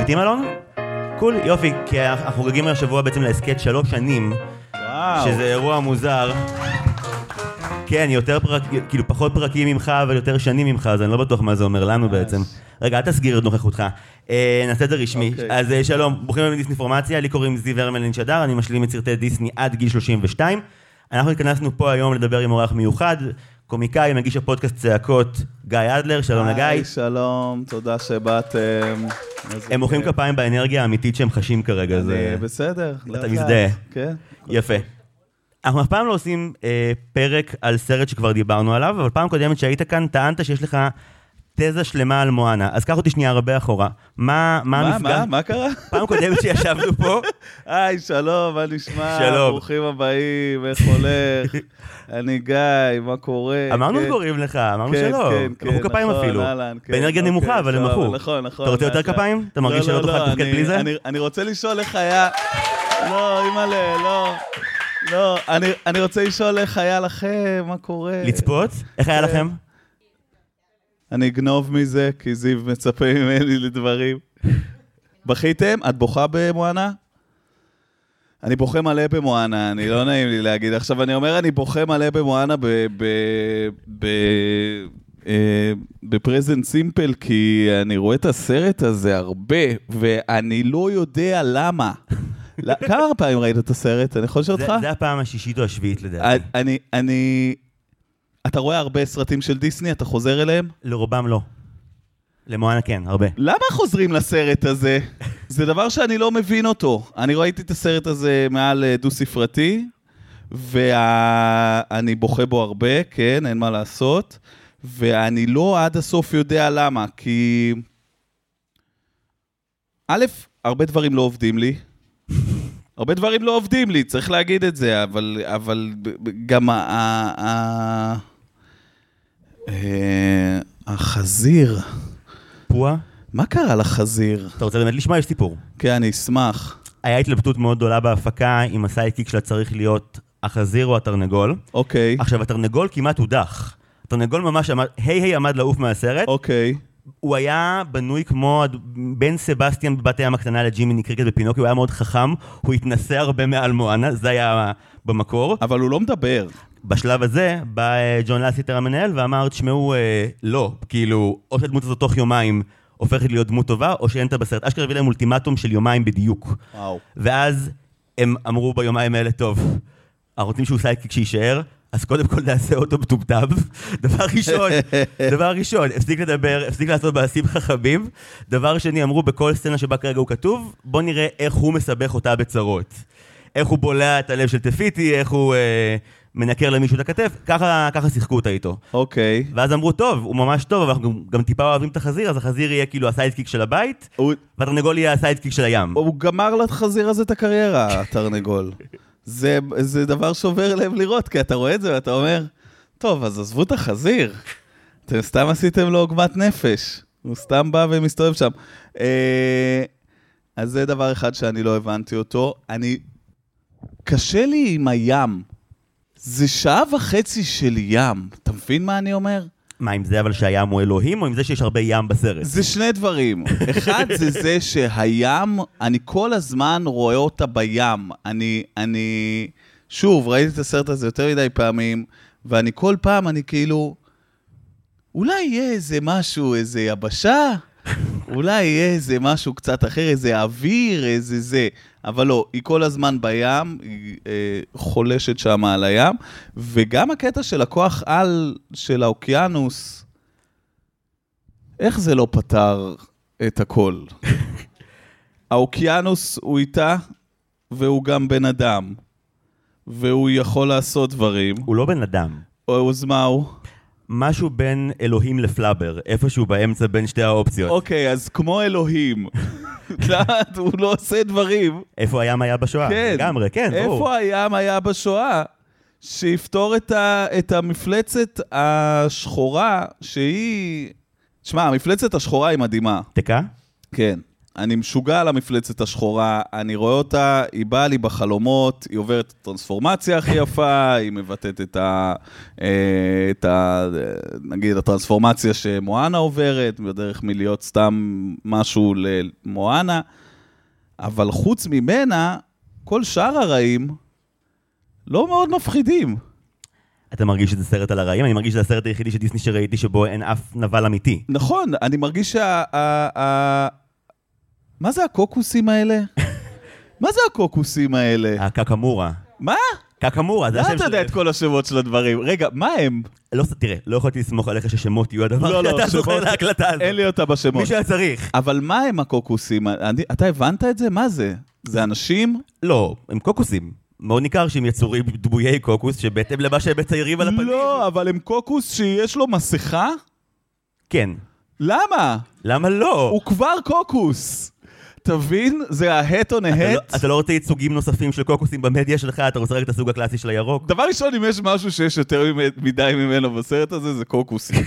מסכים אה, אלון? קול, יופי, כי אנחנו חוגגים השבוע בעצם להסכת שלוש שנים, וואו. שזה אירוע מוזר. כן, יותר פרק, כאילו פחות פרקים ממך, אבל יותר שנים ממך, אז אני לא בטוח מה זה אומר לנו בעצם. רגע, אל תסגיר את נוכחותך. אה, נעשה את זה רשמי. אוקיי. אז אה, שלום, ברוכים הבאים לדיסניפורמציה, לי קוראים זיו הרמלין שדר, אני משלים את סרטי דיסני עד גיל 32. אנחנו התכנסנו פה היום לדבר עם אורח מיוחד, קומיקאי, מגיש הפודקאסט צעקות, גיא אדלר, שלום היי, לגיא. שלום, תודה שבאתם. איזה הם מוחאים כיף. כפיים באנרגיה האמיתית שהם חשים כרגע, זה... אוקיי. אני בסדר. לאט-לאט. מזדהה. כן. יפה. אנחנו אף פעם לא עושים אה, פרק על סרט שכבר דיברנו עליו, אבל פעם קודמת שהיית כאן טענת שיש לך תזה שלמה על מואנה. אז קח אותי שנייה הרבה אחורה. מה, מה, מה, המפגש? מה, כן, מה קרה? פעם קודמת שישבנו פה, היי, שלום, מה נשמע? שלום. ברוכים הבאים, איך הולך? אני גיא, מה קורה? אמרנו כן. שקוראים לך, אמרנו כן, שלא. כן, כן, מחאו כפיים נכון, אפילו. אהלן, כן, באנרגיה אוקיי, נמוכה, אבל הם סבבה, מחאו. נכון, נכון. אתה רוצה יותר לאט-לאט. כפיים? אתה מרגיש לא, שלא לא, תוכל לא, לתפקד אני- בלי זה? אני- אני רוצה לשאול איך היה... לא, אימא'לה, לא. לא, אני- אני רוצה לשאול איך היה לכם, מה קורה? לצפות? איך היה כן. לכם? אני אגנוב מזה, כי זיו מצפה ממני לדברים. בכיתם? את בוכה במואנה? אני בוכה מלא במואנה, אני לא נעים לי להגיד. עכשיו, אני אומר, אני בוכה מלא במואנה ב... ב... ב... אה, בפרזנט סימפל, כי אני רואה את הסרט הזה הרבה, ואני לא יודע למה. לא- כמה פעמים ראית את הסרט? אני יכול לשאול זה אותך? זה הפעם השישית או השביעית לדעתי. אני- אני... אני... אתה רואה הרבה סרטים של דיסני? אתה חוזר אליהם? לרובם לא. למואנה כן, הרבה. למה חוזרים לסרט הזה? זה דבר שאני לא מבין אותו. אני ראיתי את הסרט הזה מעל אה, דו-ספרתי, ואני בוכה בו הרבה, כן, אין מה לעשות, ואני לא עד הסוף יודע למה, כי... א', הרבה דברים לא עובדים לי. הרבה דברים לא עובדים לי, צריך להגיד את זה, אבל, אבל ב- ב- גם ה... ה, ה אה, החזיר, פועה? מה קרה לחזיר? אתה רוצה באמת לשמוע? יש סיפור. כן, אני אשמח. היה התלבטות מאוד גדולה בהפקה אם הסיידקיק שלה צריך להיות החזיר או התרנגול. אוקיי, עכשיו, התרנגול כמעט הודח. התרנגול ממש עמד, היי היי עמד לעוף מהסרט. אוקיי. הוא היה בנוי כמו הד- בן סבסטיאן בבת הים הקטנה לג'ימיני קריקט בפינוקי, הוא היה מאוד חכם, הוא התנסה הרבה מעל מואנה, זה היה במקור. אבל הוא לא מדבר. בשלב הזה בא אה, ג'ון לסיטר המנהל ואמר, תשמעו, אה, לא, כאילו, או שהדמות הזאת תוך יומיים הופכת להיות דמות טובה, או שאין אותה בסרט. אשכרה הביא להם אולטימטום של יומיים בדיוק. וואו. ואז הם אמרו ביומיים האלה, טוב, אנחנו רוצים שהוא סיידקיק שיישאר, אז קודם כל נעשה אותו מטומטם. דבר ראשון, דבר ראשון, הפסיק לדבר, הפסיק לעשות מעשים חכמים. דבר שני, אמרו בכל סצנה שבה כרגע הוא כתוב, בוא נראה איך הוא מסבך אותה בצרות. איך הוא בולע את הלב של תפיתי, איך הוא אה, מנקר למישהו את הכתף, ככה, ככה שיחקו אותה איתו. אוקיי. ואז אמרו, טוב, הוא ממש טוב, אבל אנחנו גם, גם טיפה אוהבים את החזיר, אז החזיר יהיה כאילו הסיידקיק של הבית, הוא- והתרנגול יהיה הסיידקיק של הים. הוא גמר לחזיר הזה את הקריירה, התרנגול. זה- זה דבר שובר לב לראות, כי אתה רואה את זה ואתה אומר, טוב, אז עזבו את החזיר. אתם סתם עשיתם לו עוגמת נפש. הוא סתם בא ומסתובב שם. אה, אז זה דבר אחד שאני לא הבנתי אותו. אני... קשה לי עם הים. זה שעה וחצי של ים. אתה מבין מה אני אומר? מה, עם זה אבל שהים הוא אלוהים, או עם זה שיש הרבה ים בסרט? זה שני דברים. אחד זה זה שהים, אני כל הזמן רואה אותה בים. אני, אני, שוב, ראיתי את הסרט הזה יותר מדי פעמים, ואני כל פעם, אני כאילו, אולי יהיה איזה משהו, איזה יבשה, אולי יהיה איזה משהו קצת אחר, איזה אוויר, איזה זה. אבל לא, היא כל הזמן בים, היא אה, חולשת שם על הים, וגם הקטע של הכוח על של האוקיינוס, איך זה לא פתר את הכל? האוקיינוס הוא איתה, והוא גם בן אדם. והוא יכול לעשות דברים. הוא לא בן אדם. או- אז מה הוא? משהו בין אלוהים לפלאבר, איפשהו באמצע בין שתי האופציות. אוקיי, אז כמו אלוהים. למה הוא לא עושה דברים? איפה הים היה בשואה? אוקיי. כן. אה, לגמרי, כן, ברור. איפה הים היה בשואה? שיפתור את, ה, את המפלצת השחורה, שהיא... תשמע, המפלצת השחורה היא מדהימה. תקע? כן. אני משוגע על המפלצת השחורה, אני רואה אותה, היא באה לי בחלומות, היא עוברת את הטרנספורמציה הכי יפה, היא מבטאת את ה... אה, את ה... אה, נגיד הטרנספורמציה שמואנה עוברת, בדרך מלהיות סתם משהו למואנה, אבל חוץ ממנה, כל שאר הרעים לא מאוד מפחידים. אתה מרגיש שזה סרט על הרעים? אני מרגיש שזה הסרט היחידי של דיסני שראיתי שבו אין אף נבל אמיתי. נכון, אני מרגיש שה... ה- ה- מה זה הקוקוסים האלה? מה זה הקוקוסים האלה? הקקמורה. מה? קקמורה, זה מה השם לא, אתה יודע שלהם. את כל השמות של הדברים? רגע, מה הם? לא, תראה, לא יכולתי לסמוך עליך ששמות יהיו הדבר לא, לא, שאתה זוכר שמות- להקלטה הזאת. אין לי אותה מי בשמות. שהיה צריך. אבל מה הם הקוקוסים? אני- אתה הבנת את זה? מה זה? זה אנשים? לא, הם קוקוסים. מאוד ניכר שהם יצורים דמויי קוקוס, שבהתאם למה שהם מציירים על הפנים. לא, אבל הם קוקוס שיש לו מסכה? כן. למה? למה לא? הוא כבר קוקוס. תבין? זה ההט on a אתה לא- hat. אתה לא רוצה ייצוגים נוספים של קוקוסים במדיה שלך, אתה רוצה רק את הסוג הקלאסי של הירוק. דבר ראשון, אם יש משהו שיש יותר ממ- מדי ממנו בסרט הזה, זה קוקוסים.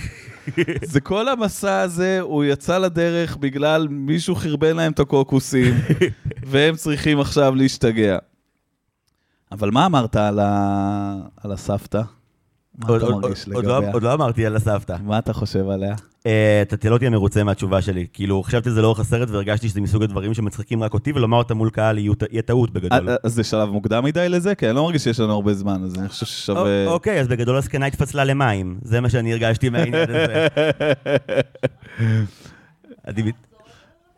זה כל המסע הזה, הוא יצא לדרך בגלל מישהו חרבן להם את הקוקוסים, והם צריכים עכשיו להשתגע. אבל מה אמרת על, ה... על הסבתא? מה עוד- אתה עוד- מרגיש עוד לא- לגביה? עוד לא אמרתי על הסבתא. מה אתה חושב עליה? אה, אתה אתה לא תהיה מרוצה מהתשובה שלי. כאילו, חשבתי על זה לאורך הסרט והרגשתי שזה מסוג הדברים שמצחיקים רק אותי, ולומר אותם מול קהל יהיו ט- יהיה טעות בגדול. אה, אז זה שלב מוקדם מדי לזה? כי אני לא מרגיש שיש לנו הרבה זמן, אז אני חושב ששווה... א- אוקיי, אז בגדול הזקנה התפצלה למים. זה מה שאני הרגשתי מהעניין הזה. אני מת-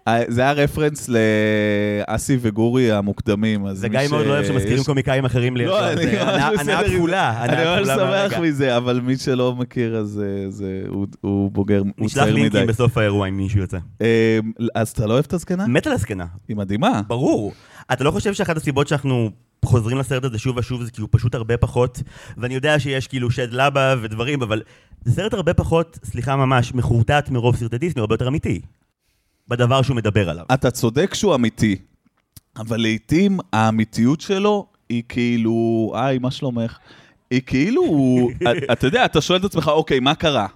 אה, זה היה רפרנס לאסי וגורי המוקדמים, אז זה מי גיא מאוד לא אוהב ש- שמזכירים יש- קומיקאים אחרים לי. לא, עכשיו, אני זה ממש הנאה- בסדר עם הנאה זה. כפולה. אני הנאה ממש כפולה שמח מהרגע. מזה, אבל מי שלא מכיר, אז אה, זה- הוא- הוא בוגר, הוא נשלח צעיר מדי. לינקים בסוף האירוע אם מישהו יוצא. אה, אז אתה לא אוהב את הזקנה? מת על הזקנה, היא מדהימה. ברור. אתה לא חושב שאחת הסיבות שאנחנו חוזרים לסרט הזה שוב ושוב זה כי הוא פשוט הרבה פחות, ואני יודע שיש כאילו שד לבה ודברים, אבל זה סרט הרבה פחות, סליחה ממש, מחורטט מרוב סרטי דיסני, הוא הרבה יותר אמיתי. בדבר שהוא מדבר עליו. אתה צודק שהוא אמיתי, אבל לעתים האמיתיות שלו היא כאילו, היי, מה שלומך? היא כאילו, הוא- את- אתה יודע, אתה שואל את עצמך, אוקיי, מה קרה?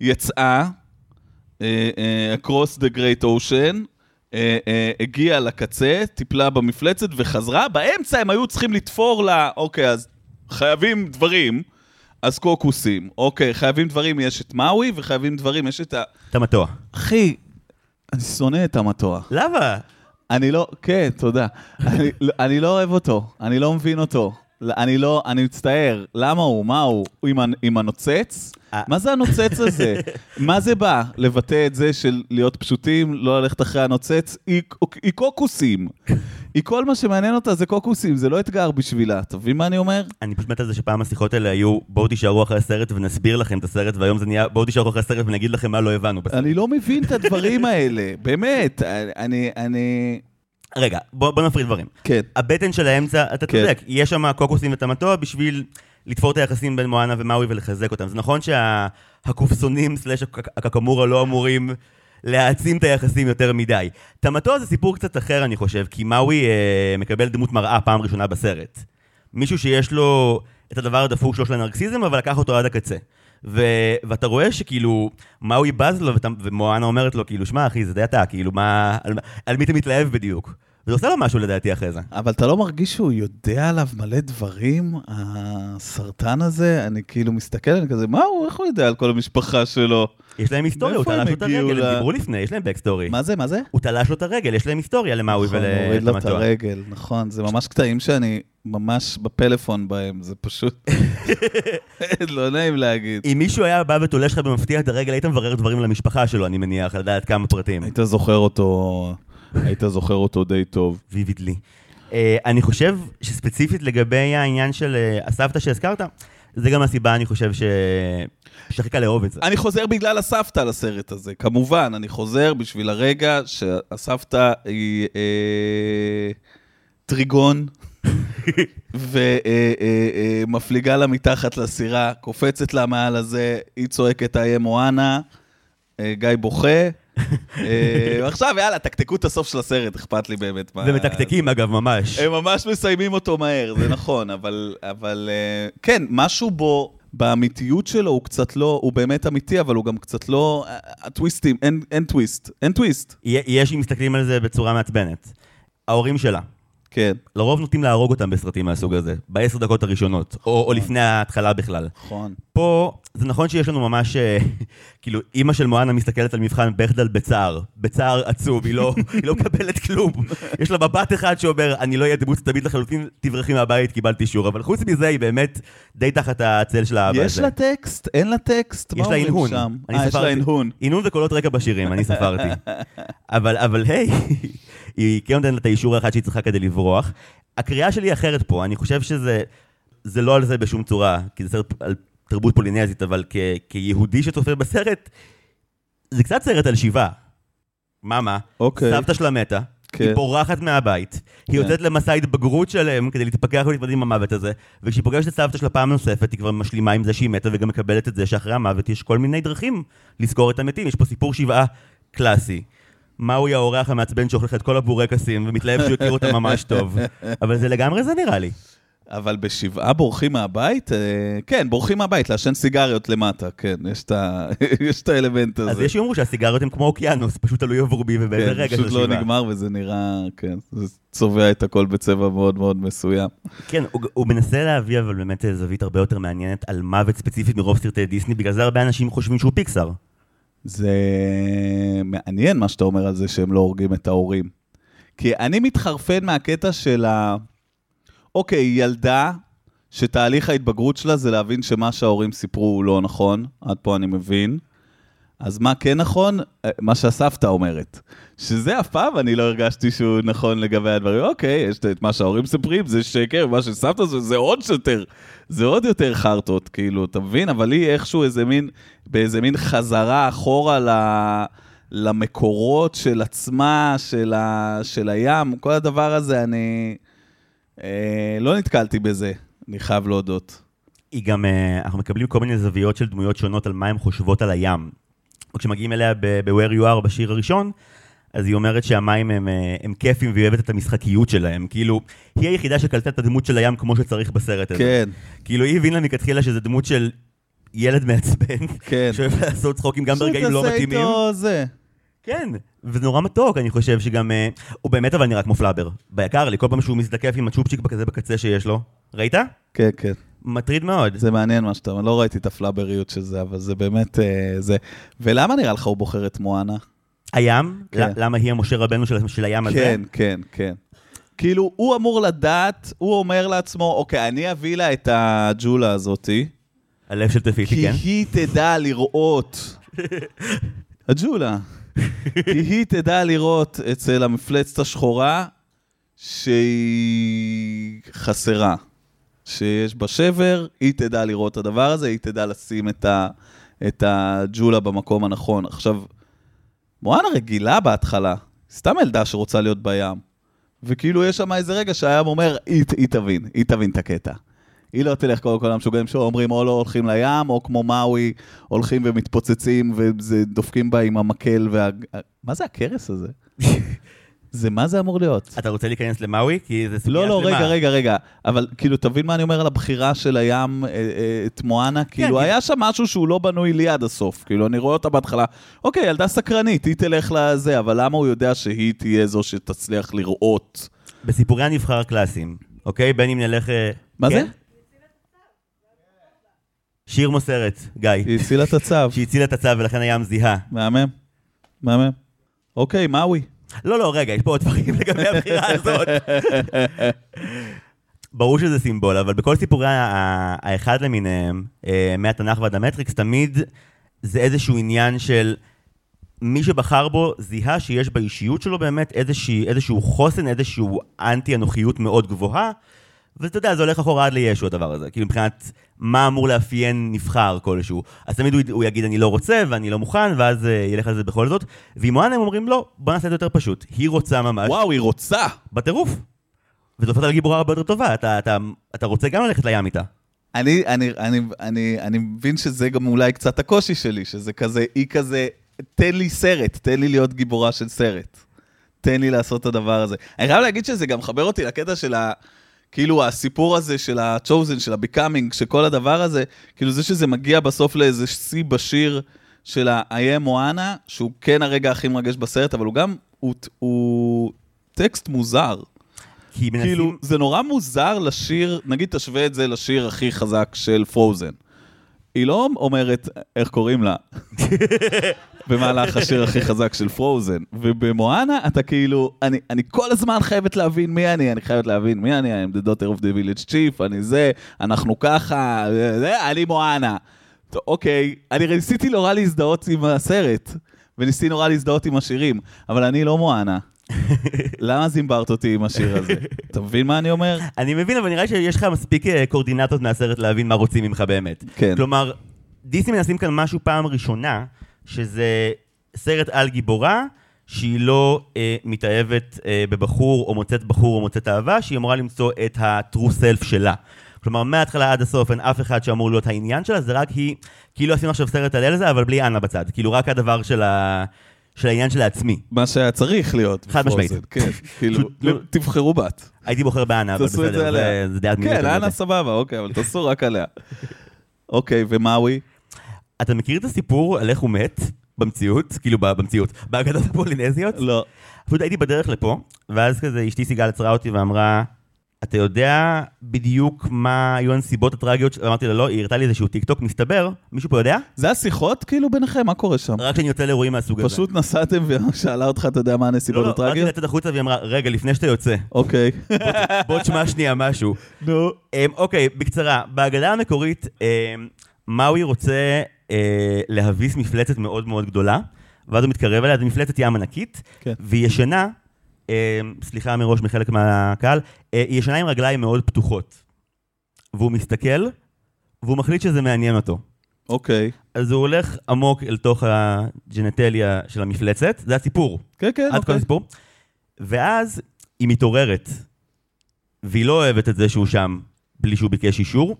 יצאה, אה, אה, across the great ocean, אה, אה, הגיעה לקצה, טיפלה במפלצת וחזרה, באמצע הם היו צריכים לתפור לה, אוקיי, אז חייבים דברים. אז קוקוסים, אוקיי, חייבים דברים, יש את מאווי, וחייבים דברים, יש את ה... תמתוע. אחי, אני שונא את המטוח. למה? אני לא, כן, תודה. אני, לא- אני לא אוהב אותו, אני לא מבין אותו. לא- אני לא, אני מצטער, למה הוא, מה הוא, הוא עם, הנ- עם הנוצץ? אה. מה זה הנוצץ הזה? מה זה בא? לבטא את זה של להיות פשוטים, לא ללכת אחרי הנוצץ? היא, היא קוקוסים. היא כל מה שמעניין אותה זה קוקוסים, זה לא אתגר בשבילה. אתה מבין מה אני אומר? אני פשוט מת על זה שפעם השיחות האלה היו, בואו תישארו אחרי הסרט ונסביר לכם את הסרט, והיום זה נהיה, בואו תישארו אחרי הסרט ונגיד לכם מה לא הבנו בסרט. אני לא מבין את הדברים האלה, באמת. אני, אני... רגע, בוא בוא נפריד דברים. כן. הבטן של האמצע, אתה כן. צודק, יש שם קוקוסים וטמטוע בשביל לתפור את היחסים בין מואנה ומאווי ולחזק אותם. זה נכון שהקופסונים סלאש הקק- הקקמורה לא אמורים להעצים את היחסים יותר מדי. טמטוע זה סיפור קצת אחר, אני חושב, כי מאווי אה, מקבל דמות מראה פעם ראשונה בסרט. מישהו שיש לו את הדבר הדפוק שלו של הנרקסיזם, אבל לקח אותו עד הקצה. ו- ואתה רואה שכאילו, מאווי בז לו, ואתה- ומואנה אומרת לו, כאילו, שמע, אחי, זה די אתה, כאילו, מה, על, מה- על מי אתה מתלהב בדיוק? וזה עושה לו משהו לדעתי אחרי זה. אבל אתה לא מרגיש שהוא יודע עליו מלא דברים, הסרטן הזה? אני כאילו מסתכל, אני כזה, מה הוא, איך הוא יודע על כל המשפחה שלו? יש להם היסטוריה, הוא מאיפה הם תלש לו את הגיעו הרגל, ל- הם דיברו לפני, יש להם בקסטורי. מה זה, מה זה? הוא תלש לו את הרגל, יש להם היסטוריה למאווי נכון, אה, הוא הוריד לו את ולמטוע. הרגל, נכון, זה ממש קטעים שאני ממש בפלאפון בהם, זה פשוט... לא נעים להגיד. אם מישהו היה בא ותולש לך במפתיע את הרגל, היית מברר דברים למשפחה שלו, אני מניח, לדעת כמה פרטים. היית זוכר אותו, היית זוכר אותו די טוב. ויבידלי. אה, אני חושב שספציפית לגבי העניין של אה, הסבתא שהזכרת, זה גם הסיבה, אני חושב, ש... שהכי קל לאהוב את זה. אני חוזר בגלל הסבתא לסרט הזה, כמובן, אני חוזר בשביל הרגע שהסבתא היא אה, טריגון, אה, ומפליגה אה, לה מתחת לסירה, קופצת לה מעל הזה, היא צועקת איה מואנה, אה, גיא בוכה. אה, ועכשיו, יאללה, תקתקו את הסוף של הסרט, אכפת לי באמת מה... ומתקתקים, אגב, ממש. הם ממש מסיימים אותו מהר, זה נכון, אבל, אבל אה, כן, אה, משהו בו, באמיתיות שלו הוא קצת לא, הוא באמת אמיתי, אבל הוא גם קצת לא... הטוויסטים, אין, אין טוויסט, אין טוויסט. יה- יש אם מסתכלים על זה בצורה מעצבנת. ההורים שלה, כן. לרוב נוטים להרוג אותם בסרטים מהסוג הזה, בעשר דקות הראשונות, או, אה. או לפני ההתחלה בכלל. נכון. פה, זה נכון שיש לנו ממש, אה, כאילו, אימא של מואנה מסתכלת על מבחן בכדל בצער, בצער עצוב, היא לא, היא לא מקבלת כלום. יש לה מבט אחד שאומר, אני לא אהיה דמות תמיד לחלוטין, תברחי מהבית, קיבלתי אישור, אבל חוץ מזה היא באמת די תחת הצל של האבא יש הזה. לה טקסט? אין לה טקסט? מה יש לה אומרים הנהון. שם? אני אה, יש לה ספרתי. הנהון. הנהון וקולות רקע בשירים, אני ספרתי. אבל, אבל היי, היא כן נותנת לה את האישור האחד שהיא צריכה כדי לברוח. הקריאה שלי היא אחרת פה, אני חושב שזה זה לא על זה בשום צורה, כי זה סרט על תרבות פולינזית, אבל כ, כיהודי שצופה בסרט, זה קצת סרט על שיבה. מאמה, אוקיי. סבתא שלה מתה, כן. היא בורחת מהבית, היא יוצאת למסע התבגרות שלם כדי להתפכח ולהתמודד עם המוות הזה, וכשהיא פוגשת את סבתא שלה פעם נוספת, היא כבר משלימה עם זה שהיא מתה וגם מקבלת את זה שאחרי המוות יש כל מיני דרכים לזכור את המתים, יש פה סיפור שבעה קלאסי. מאוי האורח המעצבן שאוכל לך את כל הבורקסים ומתלהב שהוא הכיר אותה ממש טוב, אבל זה לגמרי זה נראה לי. אבל בשבעה בורחים מהבית? אה, כן, בורחים מהבית, לעשן סיגריות למטה, כן, יש את ה- יש את האלמנט הזה. אז יש שיאמרו שהסיגריות הן כמו אוקיינוס, פשוט תלוי עבור בי ובאיזה כן, רגע פשוט של לא שבעה. נגמר וזה נראה, כן, זה צובע את הכל בצבע מאוד מאוד מסוים. כן, הוא, הוא מנסה להביא אבל באמת אה, זווית הרבה יותר מעניינת על מוות ספציפית מרוב סרטי דיסני, בגלל זה הרבה אנשים חושבים שהוא פיקסאר. זה מעניין מה שאתה אומר על זה שהם לא הורגים את ההורים. כי אני מתחרפן מהקטע של ה... אוקיי, ילדה שתהליך ההתבגרות שלה זה להבין שמה שההורים סיפרו הוא לא נכון, עד פה אני מבין. אז מה כן נכון? אה, מה שהסבתא אומרת. שזה אף פעם אני לא הרגשתי שהוא נכון לגבי הדברים. אוקיי, יש את מה שההורים מספרים, זה שקר, מה שסבתא זה, זה עוד יותר, זה עוד יותר חרטות, כאילו, אתה מבין? אבל היא איכשהו איזה מין, באיזה מין חזרה אחורה ל... למקורות של עצמה, של, ה... של הים, כל הדבר הזה, אני אה, לא נתקלתי בזה, אני חייב להודות. היא גם, אה, אנחנו מקבלים כל מיני זוויות של דמויות שונות על מה הן חושבות על הים. וכשמגיעים אליה ב-Where You are בשיר הראשון, אז היא אומרת שהמים הם, אה, הם כיפים והיא אוהבת את המשחקיות שלהם. כאילו, היא היחידה שקלטה את הדמות של הים כמו שצריך בסרט הזה. כן, כאילו, היא הבינה מכתחילה שזו דמות של ילד מעצבן, כן. שאוהב לעשות צחוקים גם ברגעים לא שתעשה מתאימים. איתו זה. כן, וזה נורא מתוק, אני חושב שגם... אה, הוא באמת אבל נראה כמו פלאבר. ביקר לי, כל פעם שהוא מזדקף עם הצ'ופצ'יק כזה בקצה שיש לו. ראית? כן, כן. מטריד מאוד. זה מעניין מה שאתה אומר, לא ראיתי את הפלאבריות של זה, אבל זה באמת, אה, זה... ולמה נראה לך הוא בוחר את מואנה? הים? כן. ל- למה היא המשה רבנו של של הים הזה? כן, כן, כן. כאילו, הוא אמור לדעת, הוא אומר לעצמו, אוקיי, אני אביא לה את הג'ולה הזאתי, הלב של תפיתי, כי כן? היא תדע לראות. הג'ולה. כי היא תדע לראות אצל המפלצת השחורה שהיא חסרה. שיש בה שבר, היא תדע לראות את הדבר הזה, היא תדע לשים את, ה, את הג'ולה במקום הנכון. עכשיו, מואנה רגילה בהתחלה, סתם ילדה שרוצה להיות בים. וכאילו יש שם איזה רגע שהים אומר, היא, היא תבין, היא תבין את הקטע. היא לא תלך כל כל המשוגעים שאומרים, או לא הולכים לים, או כמו מאווי, הולכים ומתפוצצים ודופקים בה עם המקל וה... מה זה הכרס הזה? זה מה זה אמור להיות? אתה רוצה להיכנס למאווי? כי זה סוגיה לא, שלמה. לא, רגע, רגע, רגע. אבל כאילו, תבין מה אני אומר על הבחירה של הים, אה, אה, את מואנה? כאילו, כי- היה שם משהו שהוא לא בנוי לי עד הסוף. כאילו, אני רואה אותה בהתחלה. אוקיי, ילדה סקרנית, היא תלך לזה, אבל למה הוא יודע שהיא תהיה זו שתצליח לראות? בסיפורי הנבחר הקלאסיים, אוקיי? בין אם נלך... אה, מה כן? זה? שיר מוסרת, גיא. היא הצילה את הצו. שהציל את הצו ולכן הים זיהה. מהמם. מהמם. אוקיי, מאווי. לא, לא, רגע, יש פה עוד דברים לגבי הבחירה הזאת. ברור שזה סימבול, אבל בכל סיפורי ה- ה- האחד למיניהם, אה, מהתנ"ך ועד המטריקס, תמיד זה איזשהו עניין של מי שבחר בו זיהה שיש באישיות שלו באמת איזושהי, איזשהו חוסן, איזשהו אנטי-אנוכיות מאוד גבוהה, ואתה יודע, זה הולך אחורה עד לישו הדבר הזה, כאילו מבחינת מה אמור לאפיין נבחר כלשהו. אז תמיד הוא, הוא יגיד אני לא רוצה ואני לא מוכן, ואז אה, ילך על זה בכל זאת, ועם מואנה הם אומרים לא, בוא נעשה את זה יותר פשוט. היא רוצה ממש, וואו, היא רוצה! בטירוף. וזאת הופכת לגיבורה הרבה יותר טובה, אתה, אתה, אתה רוצה גם ללכת לים איתה. אני, אני, אני, אני, אני מבין שזה גם אולי קצת הקושי שלי, שזה כזה, היא כזה, תן לי סרט, תן לי להיות גיבורה של סרט. תן לי לעשות את הדבר הזה. אני חייב להגיד שזה גם מחבר אותי לקטע של ה... כאילו הסיפור הזה של ה-chosen, של ה-becoming, שכל הדבר הזה, כאילו זה שזה מגיע בסוף לאיזה שיא בשיר של ה-I am Moana, שהוא כן הרגע הכי מרגש בסרט, אבל הוא גם, הוא, הוא טקסט מוזר. כי מנסים... כאילו, זה נורא מוזר לשיר, נגיד תשווה את זה לשיר הכי חזק של פרוזן. היא לא אומרת איך קוראים לה במהלך השיר הכי חזק של פרוזן. ובמואנה אתה כאילו, אני, אני כל הזמן חייבת להבין מי אני, אני חייבת להבין מי אני, I'm the daughter of the village chief, אני זה, אנחנו ככה, זה, זה, אני מואנה. טוב, אוקיי, אני ניסיתי נורא להזדהות עם הסרט, וניסיתי נורא להזדהות עם השירים, אבל אני לא מואנה. למה זימברת אותי עם השיר הזה? אתה מבין מה אני אומר? אני מבין, אבל נראה לי שיש לך מספיק אה, קואורדינטות מהסרט להבין מה רוצים ממך באמת. כן. כלומר, דיסני מנסים כאן משהו פעם ראשונה, שזה סרט על גיבורה, שהיא לא אה, מתאהבת אה, בבחור, או מוצאת בחור, או מוצאת אהבה, שהיא אמורה למצוא את ה-true self שלה. כלומר, מההתחלה עד הסוף אין אף אחד שאמור להיות העניין שלה, זה רק היא, כאילו עשינו עכשיו סרט על אלזה, אבל בלי אנה בצד. כאילו, רק הדבר של, ה... של העניין של העצמי. מה שהיה צריך להיות. חד משמעית. בפרוזן, כן, כאילו, לא- תבחרו בת. הייתי בוחר באנה, אבל תעשו את זה בסדר, עליה. זה, זה דעת מינית. כן, אני לא יודע. אנה סבבה, אוקיי, אבל תעשו רק עליה. אוקיי, ומאווי? אתה מכיר את הסיפור על איך הוא מת במציאות? כאילו, ב- במציאות. באגדות הפולינזיות? לא. פשוט הייתי בדרך לפה, ואז כזה אשתי סיגל עצרה אותי ואמרה, אתה יודע בדיוק מה היו הנסיבות הטרגיות? ש-" אמרתי לה, לא, היא הראתה לי איזשהו טיקטוק, מסתבר, מישהו פה יודע? זה השיחות כאילו ביניכם? מה קורה שם? רק כשאני יוצא לאירועים מהסוג הזה. פשוט נסעתם ושאלה אותך, אתה יודע מה לא, הנסיבות לא, רק הטרגיות? לצאת החוצה והיא אמרה, רגע, לפני שאתה יוצא, אוקיי. בוא תשמע שנייה משהו. נו. אמ, אוקיי, בקצרה, בהגדה המקורית, אמ, מאוי רוצה אה, להביס מפלצת מאוד מאוד גדולה, ואז הוא מתקרב אליה, זו מפלצת ים ענקית, כן. והיא ישנה, אמ, סליחה מראש מחלק מהקהל, אה, היא ישנה עם רגליים מאוד פתוחות. והוא מסתכל, והוא מחליט שזה מעניין אותו. אוקיי. אז הוא הולך עמוק אל תוך הג'נטליה של המפלצת, זה הסיפור. כן, כן, עד כאן אוקיי. הסיפור. ואז היא מתעוררת, והיא לא אוהבת את זה שהוא שם בלי שהוא ביקש אישור,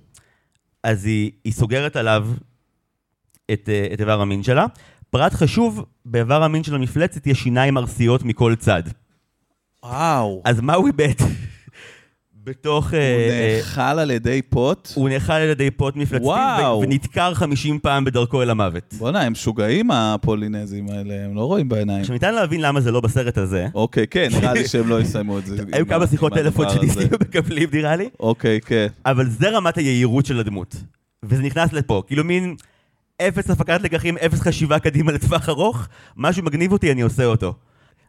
אז היא, היא סוגרת עליו את, אה, את איבר המין שלה. פרט חשוב, באיבר המין של המפלצת יש שיניים ארסיות מכל צד. וואו. אז מה הוא איבד? בתוך... אה, הוא אה, נאכל על ידי פוט? הוא נאכל על ידי פוט מפלצתי וואו. ו- ונדקר 50 פעם בדרכו אל המוות. בואנה, הם משוגעים הפולינזים האלה, הם לא רואים בעיניים. עכשיו ניתן להבין למה זה לא בסרט הזה. אוקיי, כן, נראה לי שהם לא יסיימו את זה. היו עם ה- כמה שיחות עם טלפון הדבר הזה. שניסינו מקבלים נראה לי. אוקיי, כן. אבל זה רמת היהירות של הדמות. וזה נכנס לפה, כאילו מין אפס הפקת לקחים, אפס חשיבה קדימה לטווח ארוך, משהו מגניב אותי, אני עושה אותו.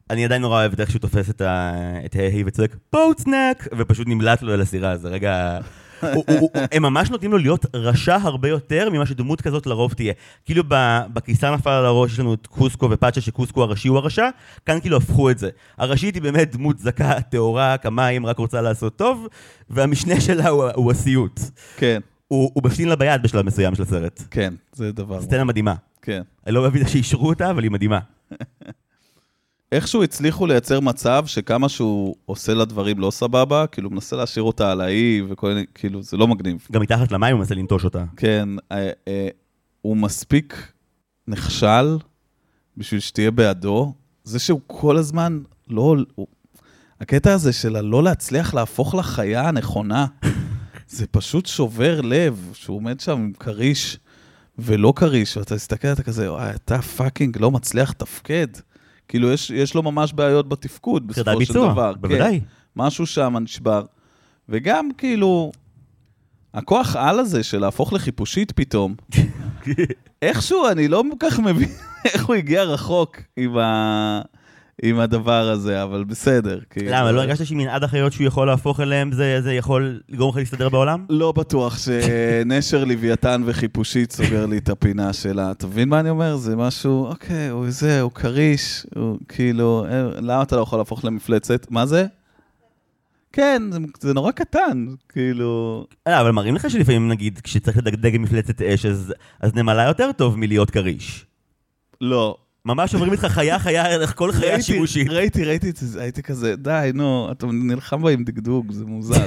אני עדיין נורא אוהב את איך שהוא תופס את ה... את ההיא וצועק פוטסנק, ופשוט נמלט לו על הסירה, זה רגע... הוא, הוא, הוא, הם ממש נותנים לו להיות רשע הרבה יותר ממה שדמות כזאת לרוב תהיה. כאילו ב- בכיסה נפל על הראש, יש לנו את קוסקו ופאצ'ה, שקוסקו הראשי הוא הרשע, כאן כאילו הפכו את זה. הראשית היא באמת דמות זכה, טהורה, כמיים, רק רוצה לעשות טוב, והמשנה שלה הוא, הוא הסיוט. כן, הוא, הוא בשין לה ביד בשלב מסוים של הסרט. כן, זה דבר. סצנה מדהימה. כן. אני לא מבין שאישרו אותה, אבל היא מדהימה. איכשהו הצליחו לייצר מצב שכמה שהוא עושה לה דברים לא סבבה, כאילו מנסה להשאיר אותה על האי וכל מיני, כאילו זה לא מגניב. גם מתחת למים הוא מנסה לנטוש אותה. כן, אה, אה, הוא מספיק נכשל בשביל שתהיה בעדו. זה שהוא כל הזמן לא... הוא... הקטע הזה של הלא להצליח להפוך לחיה הנכונה, זה פשוט שובר לב, שהוא עומד שם עם כריש ולא כריש, ואתה מסתכל, אתה כזה, "וואי, אתה פאקינג לא מצליח לתפקד. כאילו, יש, יש לו ממש בעיות בתפקוד, חרדת בסופו של ביצוע, דבר. כן. בוודאי. משהו שם נשבר. וגם כאילו, הכוח על הזה של להפוך לחיפושית פתאום, איכשהו אני לא כל כך מבין איך הוא הגיע רחוק עם, ה... עם הדבר הזה, אבל בסדר. כאילו. למה, לא הרגשת שמנעד החיות שהוא יכול להפוך אליהם, זה זה יכול לגרום לך להסתדר בעולם? לא בטוח שנשר לוויתן וחיפושית סוגר לי את הפינה שלה. אתה מבין מה אני אומר? זה משהו, אוקיי, הוא זה, הוא כריש, הוא כאילו, אה, למה אתה לא יכול להפוך למפלצת? מה זה? כן, זה, זה נורא קטן, כאילו... לא, אבל מראים לך שלפעמים, נגיד, כשצריך לדגדג עם מפלצת אש, אז אז נמלה יותר טוב מלהיות כריש. לא. ממש אומרים איתך חיה, חיה, איך כל חיה ראיתי, שימושית. ראיתי, ראיתי את זה, הייתי כזה, די, נו, אתה נלחם בה עם דגדוג, זה מוזר.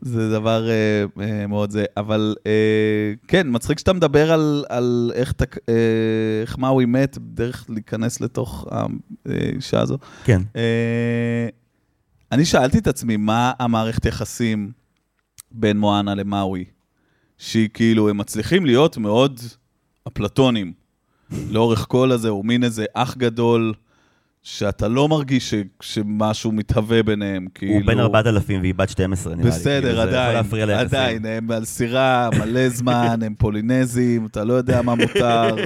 זה דבר אה, אה, מאוד זה. אבל אה, כן, מצחיק שאתה מדבר על, על איך, תק, אה, איך מאווי אה, מת, דרך להיכנס לתוך האישה הזו. כן. אה, אני שאלתי את עצמי, מה המערכת יחסים בין מואנה למאווי? שהיא כאילו, הם מצליחים להיות מאוד אפלטונים. לאורך כל הזה, הוא מין איזה אח גדול, שאתה לא מרגיש ש, שמשהו מתהווה ביניהם, כאילו... הוא בן 4,000 והיא בת 12, נראה לי. כאילו, בסדר, זה יכול עדיין, להפריע ליחסים. עדיין, הם על סירה מלא זמן, הם פולינזים, אתה לא יודע מה מותר,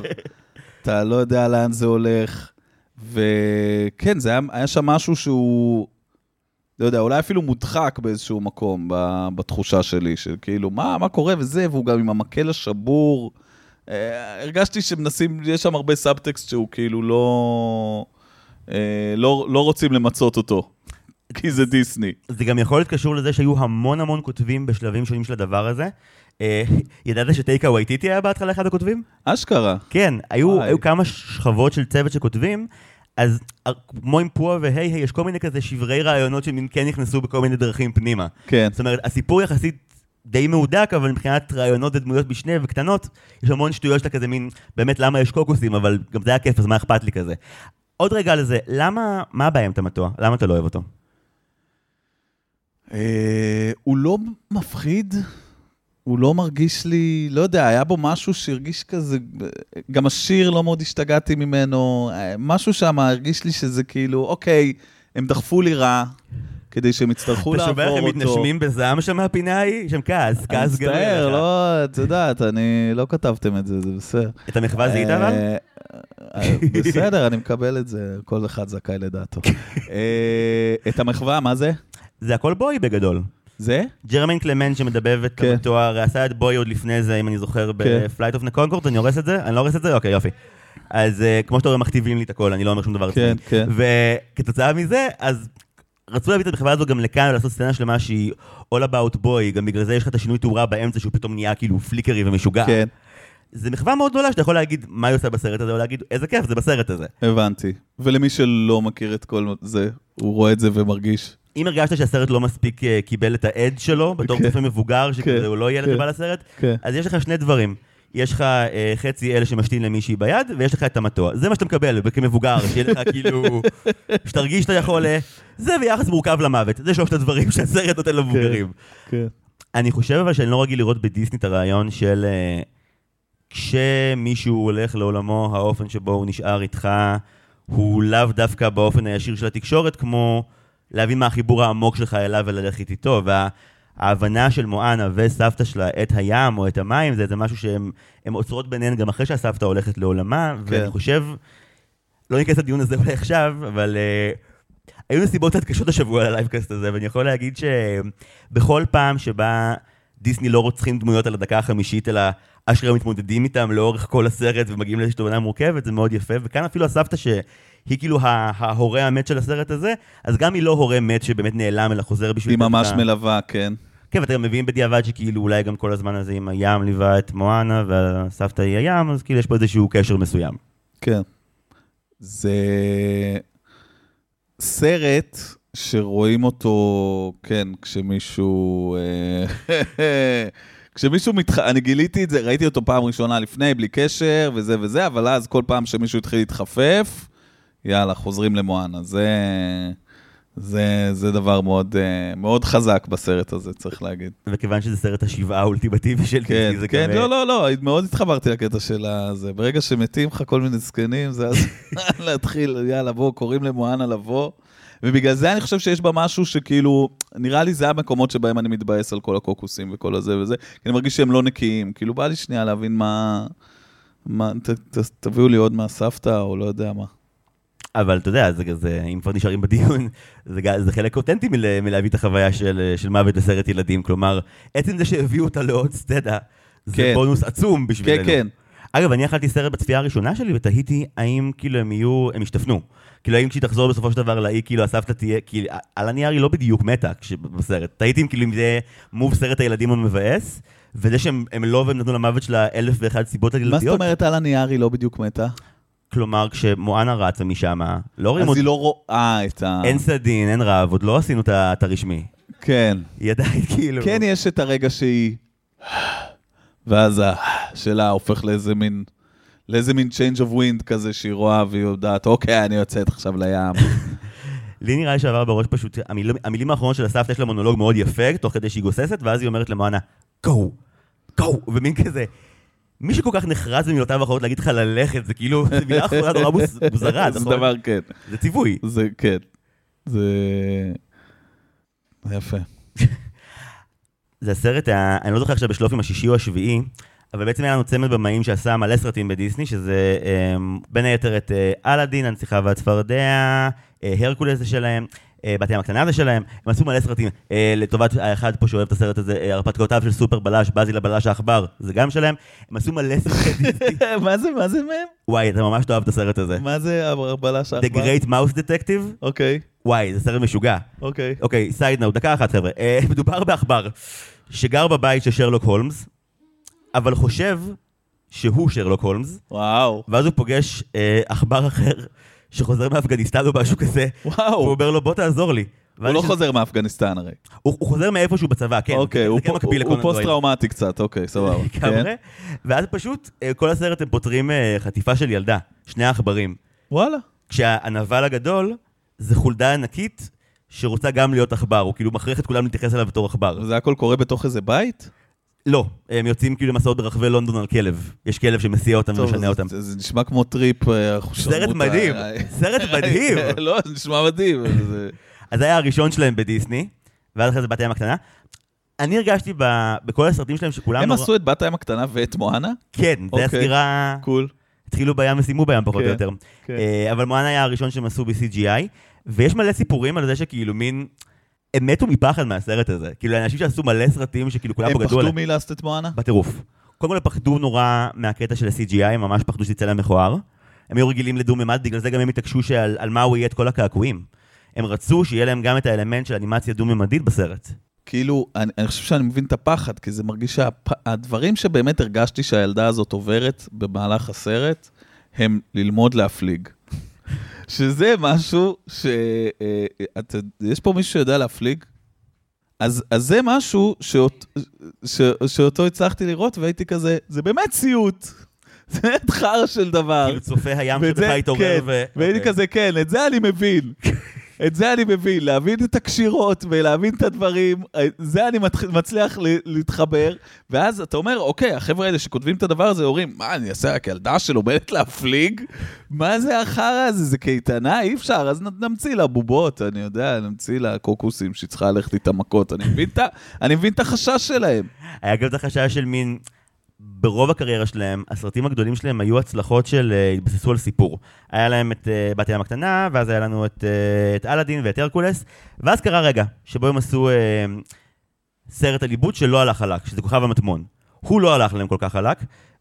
אתה לא יודע לאן זה הולך. וכן, זה היה, היה שם משהו שהוא, לא יודע, אולי אפילו מודחק באיזשהו מקום ב- בתחושה שלי, של כאילו, מה, מה קורה וזה, והוא גם עם המקל השבור. אה, הרגשתי שמנסים, יש שם הרבה סאבטקסט שהוא כאילו לא, אה, לא, לא רוצים למצות אותו, כי זה דיסני. זה גם יכול להיות קשור לזה שהיו המון המון כותבים בשלבים שונים של הדבר הזה. אה, ידעת שטייקה וייטיטי היה בהתחלה אחד הכותבים? אשכרה. כן, היו, וואי. היו כמה שכבות של צוות שכותבים, אז אה, כמו עם פועה והיי היי, יש כל מיני כזה שברי רעיונות שמין כן נכנסו בכל מיני דרכים פנימה. כן. זאת אומרת, הסיפור יחסית די מהודק, אבל מבחינת רעיונות ודמויות משנה וקטנות, יש המון שטויות שאתה כזה מין, באמת למה יש קוקוסים, אבל גם זה היה כיף, אז מה אכפת לי כזה. עוד רגע לזה, למה, מה הבעיה עם תמתוע? למה אתה לא אוהב אותו? אה, הוא לא מפחיד, הוא לא מרגיש לי, לא יודע, היה בו משהו שהרגיש כזה, גם השיר לא מאוד השתגעתי ממנו, אה, משהו שם הרגיש לי שזה כאילו, אוקיי, הם דחפו לי רע, כדי שהם יצטרכו אתה לעבור שומע אותו. איך הם מתנשמים בזעם שם מהפינה ההיא? שם כעס, כעס גמר. אני מצטער, לך. לא, את יודעת, אני, לא כתבתם את זה, זה בסדר. את המחווה זיהית אה, אבל? אה, בסדר, אני מקבל את זה, כל אחד זכאי לדעתו. כן. אה, את המחווה, מה זה? זה הכל בוי בגדול. זה? ג'רמן קלמן שמדבב את כן. התואר, עשה את בוי עוד לפני זה, אם אני זוכר, כן. ב-Flight of the Concord, אני הורס את זה? אני לא הורס את זה? אוקיי, יופי. אז אה, כמו שאתה רואה, מכתיבים לי את הכל, אני לא אומר שום דבר כן, עצמי. כן. וכתוצאה מזה, אז רצו להביא את המחווה הזו גם לכאן, ולעשות סצנה שלמה שהיא All About Boy, גם בגלל זה יש לך את השינוי תאורה באמצע, שהוא פתאום נהיה כאילו פליקרי ומשוגע. כן, זה מחווה מאוד גדולה שאתה יכול להגיד מה היא עושה בסרט הזה, או להגיד איזה כיף, זה בסרט הזה. הבנתי. ולמי שלא מכיר את כל זה, הוא רואה את זה ומרגיש. אם הרגשת שהסרט לא מספיק אה, קיבל את העד שלו, בתור כן. צופה מבוגר, כן, שכזה הוא לא ילד כן. ובא לסרט, כן. אז יש לך שני דברים. יש לך אה, חצי אלה שמשתין למישהי ביד, ויש לך את המטוע. זה מה שאתה מקבל כמבוגר, שיהיה לך כאילו... שתרגיש שאתה יכול... אה, זה ויחס מורכב למוות. זה שלושת הדברים שהסרט נותן למבוגרים. כן. אני חושב אבל שאני לא רגיל לראות בדיסני את הרעיון של... אה, כשמישהו הולך לעולמו, האופן שבו הוא נשאר איתך, הוא לאו דווקא באופן הישיר של התקשורת, כמו להבין מה החיבור העמוק שלך אליו וללכת איתו. וההבנה של מואנה וסבתא שלה את הים או את המים, זה איזה משהו שהן הן עוצרות ביניהן גם אחרי שהסבתא הולכת לעולמה, כן. ואני חושב, לא ניכנס לדיון הזה אולי עכשיו, אבל... אה, היו נסיבות קצת קשות השבוע ללייבקאסט הזה, ואני יכול להגיד שבכל פעם שבה דיסני לא רוצחים דמויות על הדקה החמישית, אלא אשכרה מתמודדים איתם לאורך כל הסרט ומגיעים לאיזושהי תובנה מורכבת, זה מאוד יפה. וכאן אפילו הסבתא שהיא כאילו ה- ההורה המת של הסרט הזה, אז גם היא לא הורה מת שבאמת נעלם, אלא חוזר בשביל... היא לתת ממש לה- מלווה, כן. כן, ואתם גם מביאים בדיעבד שכאילו אולי גם כל הזמן הזה עם הים ליווה את מואנה, והסבתא היא הים, אז כאילו יש פה איזשהו קשר מסוים. כן. זה סרט שרואים אותו, כן, כשמישהו... אה, כשמישהו מתח... אני גיליתי את זה, ראיתי אותו פעם ראשונה לפני, בלי קשר וזה וזה, אבל אז כל פעם שמישהו התחיל להתחפף, יאללה, חוזרים למואנה. זה... זה, זה דבר מאוד, אה, מאוד חזק בסרט הזה, צריך להגיד. וכיוון שזה סרט השבעה האולטימטיבי של כן, דיסני, זה כן, גם, אה, לא, לא, לא, מאוד התחברתי לקטע של הזה. ברגע שמתים לך כל מיני זקנים, זה הזמן להתחיל, יאללה, בוא, קוראים למואנה לבוא. ובגלל זה אני חושב שיש בה משהו שכאילו, נראה לי זה המקומות שבהם אני מתבאס על כל הקוקוסים וכל הזה וזה, כי אני מרגיש שהם לא נקיים. כאילו, בא לי שנייה להבין מה... מה ת, ת, תביאו לי עוד מהסבתא, או לא יודע מה. אבל אתה יודע, זה, זה, אם כבר נשארים בדיון, זה, ג- זה חלק אותנטי מל, מלהביא את החוויה של, של מוות בסרט ילדים. כלומר, עצם זה שהביאו אותה לעוד סצנה, זה כן. בונוס עצום כן, בשבילנו. כן. אגב, אני אכלתי סרט בצפייה הראשונה שלי ותהיתי האם כאילו הם יהיו, הם ישתפנו. כאילו האם כשהיא תחזור בסופו של דבר לאי, כאילו הסבתא תהיה, כאילו, על הנייר היא לא בדיוק מתה כש- בסרט. תהיתי אם כאילו אם זה מוב סרט הילדים המבאס, וזה שהם הם לא והם נתנו למוות שלה אלף ואחת סיבות מה זאת עלילתיות. אומרת על הנייר היא לא בדיוק מתה? כלומר, כשמואנה רצה משם, לא רואים אז אותה. היא לא רואה את ה... אין סדין, אין רעב, עוד לא עשינו את ה- את הרשמי. כן. היא עדיין כאילו... כן יש את הרגע שהיא... ואז ה... שלה הופך לאיזה מין... לאיזה מין change of wind כזה שהיא רואה והיא יודעת, אוקיי, אני יוצאת עכשיו לים. לי נראה לי שעבר בראש פשוט, המילים, המילים האחרונות של הסבתא, יש לה מונולוג מאוד יפה, תוך כדי שהיא גוססת, ואז היא אומרת למואנה, go, go, ומין כזה. מי שכל כך נחרץ במילותיו האחרונות להגיד לך ללכת, זה כאילו, זו מילה אחרונה נורא מוז- מוזרה, לא זה נכון? דבר, כן. זה ציווי. זה, כן. זה... זה יפה. זה הסרט, ה... אני לא זוכר עכשיו בשלוף עם השישי או השביעי, אבל בעצם היה לנו צמד במאים שעשה מלא סרטים בדיסני, שזה אמ, בין היתר את אה, אלאדין, הנסיכה והצפרדע, אה, הרקולס זה שלהם, אה, בת הים הקטנה זה שלהם, הם עשו מלא סרטים. אה, לטובת האחד פה שאוהב את הסרט הזה, אה, הרפתקאותיו של סופר בלש, באזיל הבלש העכבר, זה גם שלהם, הם עשו מלא סרטי דיסני. מה זה, מה זה מהם? וואי, אתה ממש תאהב את הסרט הזה. מה זה הבלש The Great Mouse Detective? אוקיי, וואי, זה סרט משוגע. אוקיי. אוקיי, סייד נאו, דקה אחת חבר'ה. אה, מדובר בעכבר שגר בבית של שרלוק הולמס, אבל חושב שהוא שרלוק הולמס, וואו. ואז הוא פוגש אה, עכבר אחר שחוזר מאפגניסטן או משהו כזה, והוא וואו. אומר לו בוא תעזור לי. הוא ואז לא יש- חוזר מאפגניסטן הרי. הוא הוא חוזר מאיפשהו בצבא, כן. אוקיי, זה הוא כן פו- מקביל הוא לקונן דויל. פוסט-טראומטי קצת, אוקיי, סבבה. כן. לגמרי. ואז פשוט אה, כל הסרט הם פותרים אה, חטיפה של ילדה, שני העכברים. וואלה. כשהנבל הגדול זה חולדה ענקית שרוצה גם להיות עכבר, הוא כאילו מכריח את כולם להתייחס אליו בתור עכבר. זה הכל קורה בתוך איזה בית? לא, הם יוצאים כאילו למסעות ברחבי לונדון על כלב. יש כלב שמסיע אותם טוב, ומשנה זה- אותם. זה- אה, זה נשמע כמו טריפ... אה, סרט אחושרמוטה. מדהים, סרט מדהים. לא, זה נשמע מדהים. זה- אז זה היה הראשון שלהם בדיסני, ואז אחרי זה בת הים הקטנה. אני הרגשתי ב- בכל הסרטים שלהם שכולם... הם נורא- עשו את בת הים הקטנה ואת מואנה? כן, זה אוקיי. הסגירה... קול. התחילו בים וסיימו בים פחות או כן, יותר. כן. אה, אבל מואן היה הראשון שהם עשו ב-CGI, ויש מלא סיפורים על זה שכאילו מין... הם מתו מפחד מהסרט הזה. כאילו, אנשים שעשו מלא סרטים שכאילו כולם הם פה גדלו פחדו עליהם. מלעשות את מואנה? בטירוף. קודם כל הם פחדו נורא מהקטע של ה-CGI, הם ממש פחדו שזה יצא להם מכוער. הם היו רגילים לדו-ממד, בגלל זה גם הם התעקשו שעל על מה הוא יהיה את כל הקעקועים. הם רצו שיהיה להם גם את האלמנט של אנימציה דו-ממדית בסרט. כאילו, אני, אני חושב שאני מבין את הפחד, כי זה מרגיש שהדברים שבאמת הרגשתי שהילדה הזאת עוברת במהלך הסרט, הם ללמוד להפליג. שזה משהו ש... אה, את, יש פה מישהו שיודע להפליג? אז, אז זה משהו שאות, ש, שאותו הצלחתי לראות, והייתי כזה, זה באמת סיוט. זה באמת חרא של דבר. כאילו צופי הים ואת שבך זה- התעורר כן, ו... אוקיי. והייתי כזה, כן, את זה אני מבין. את זה אני מבין, להבין את הקשירות ולהבין את הדברים, אה, זה אני מתח- מצליח ל- להתחבר. ואז אתה אומר, אוקיי, החבר'ה האלה שכותבים את הדבר הזה, אומרים, מה, אני אעשה רק ילדה שלומדת להפליג? מה זה החרא הזה? זה קייטנה? אי אפשר, אז נ- נמציא לה בובות, אני יודע, נמציא לה קוקוסים שהיא צריכה ללכת איתה מכות. אני מבין את ה- אני מבין את החשש שלהם. היה גם את החשש של מין... ברוב הקריירה שלהם, הסרטים הגדולים שלהם היו הצלחות של... אה, התבססו על סיפור. היה להם את אה, בת הים הקטנה, ואז היה לנו את, אה, את אלאדין ואת הרקולס, ואז קרה רגע שבו הם עשו אה, סרט על עיבוד שלא הלך חלק, שזה כוכב המטמון. הוא לא הלך להם כל כך חלק,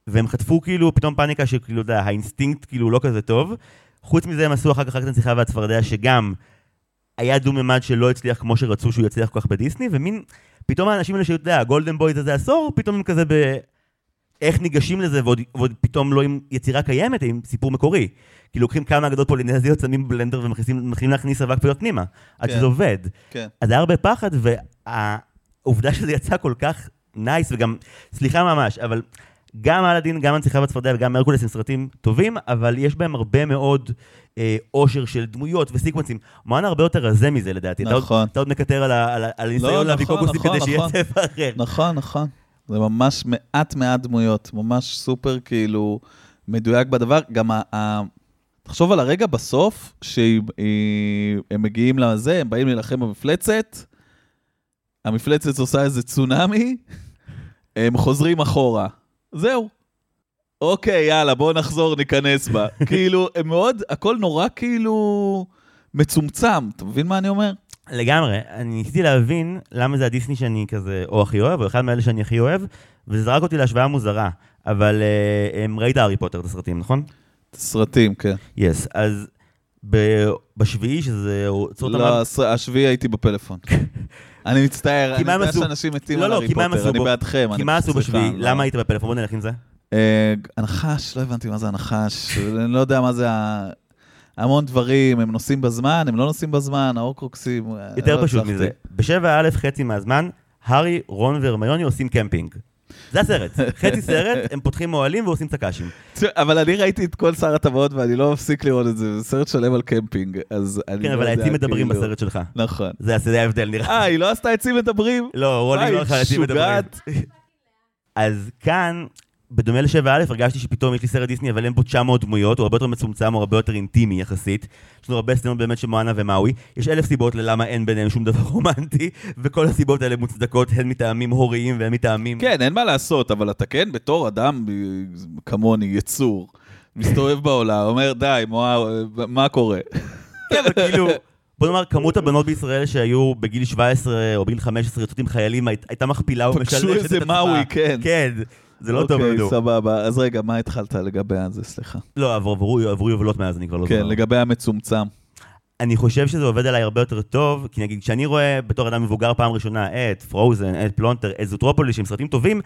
והם חטפו כאילו פתאום פאניקה שכאילו, אתה יודע, האינסטינקט כאילו לא כזה טוב. חוץ מזה הם עשו אחר כך רק את הנסיכה והצפרדע, שגם היה דו-ממד שלא הצליח כמו שרצו שהוא יצליח כל כך בדיסני, ומין, פתאום האנשים האלה שהיו, אתה יודע, הגולדן בויז הזה עשור, פתאום הם כזה ב... איך ניגשים לזה, ועוד, ועוד פתאום לא עם יצירה קיימת, עם סיפור מקורי. כאילו לוקחים כמה אגדות פולינזיות, שמים בלנדר ומכניסים מתחילים להכניס אבק פיות פנימה, עד כן. שזה עובד. כן. אז היה הרבה פחד, והעובדה שזה יצא כל כך נייס, וגם, סליחה ממש, אבל גם אלאדין, גם הנציחה והצפרדע וגם הרקולס הם סרטים טובים, אבל יש בהם הרבה מאוד אה, אושר של דמויות וסיקוונסים. מואנה הרבה יותר רזה מזה לדעתי. אתה עוד- נכון. אתה עוד מקטר על ה- על ה- על הניסיון נכון, להביא קוקוסים נכון, כדי שיהיה נכון. צבע אחר. נכון, נכון. זה ממש מעט מעט דמויות, ממש סופר כאילו מדויק בדבר. גם ה... ה... תחשוב על הרגע בסוף, שהם מגיעים לזה, הם באים להילחם במפלצת, המפלצת עושה איזה צונאמי, הם חוזרים אחורה. זהו. אוקיי, יאללה, בואו נחזור, ניכנס בה. כאילו, הם מאוד, הכל נורא כאילו מצומצם, אתה מבין מה אני אומר? לגמרי, אני ניסיתי להבין למה זה הדיסני שאני כזה או הכי אוהב, או אחד מאלה שאני הכי אוהב, וזה זרק אותי להשוואה מוזרה. אבל אה, הם- ראית הארי פוטר את הסרטים, נכון? סרטים, כן. יס, אז ב- בשביעי, שזה אוצרות לא, הס- השביעי הייתי בפלאפון. אני מצטער, כי אני מה הם יודע עשו? שאנשים מתים לא, על לא, הארי כי מה הם פוטר, עשו אני בו? בעדכם. כי אני- מה עשו סליחה, בשביעי? לא. למה היית בפלאפון? בוא נלך עם זה. אה, הנחש, לא הבנתי מה זה הנחש, אני לא יודע מה זה ה... המון דברים, הם נוסעים בזמן, הם לא נוסעים בזמן, האורקרוקסים... אה, יותר לא פשוט הצלחתי. מזה. בשבע א' חצי מהזמן, הארי, רון והרמיוני עושים קמפינג. זה הסרט. חצי סרט, הם פותחים אוהלים ועושים צק"שים. תראה, אבל אני ראיתי את כל שר הטבעות ואני לא מפסיק לראות את זה, זה סרט שלם על קמפינג, אז אני לא כן, יודע... אבל העצים כאילו- מדברים בסרט שלך. נכון. זה זה ההבדל, נראה. אה, היא לא עשתה עצים מדברים? לא, רולינג וואי, לא הולך על העצים מדברים. משוגעת. אז כאן, בדומה ל-7א, הרגשתי שפתאום יש לי סרט דיסני, אבל אין בו 900 דמויות, הוא הרבה יותר מצומצם, הוא הרבה יותר אינטימי יחסית. יש לנו הרבה סצנות באמת של מואנה ומאווי. יש אלף סיבות ללמה אין ביניהם שום דבר רומנטי, וכל הסיבות האלה מוצדקות, הן מטעמים הוריים והן מטעמים... כן, אין מה לעשות, אבל אתה כן, בתור אדם אה, כמוני, יצור, מסתובב בעולם, אומר, די, מה, מה קורה? כן, אבל כאילו, בוא נאמר, כמות הבנות בישראל שהיו בגיל 17 או בגיל 15 יוצאות עם חיילים היית- הייתה מכפילה ומשלשת את עצמה. פגשו איזה מאווי, כן. כן, זה לא טוב, אוקיי, ידעו. סבבה. אז רגע, מה התחלת לגבי זה? סליחה. לא, עברו- עברו עברו יובלות מאז, אני כבר לא כן, זוכר. לגבי המצומצם. אני חושב שזה עובד עליי הרבה יותר טוב, כי נגיד כשאני רואה בתור אדם מבוגר פעם ראשונה את פרוזן, את פלונטר, את זוטרופוליש עם סרטים טובים,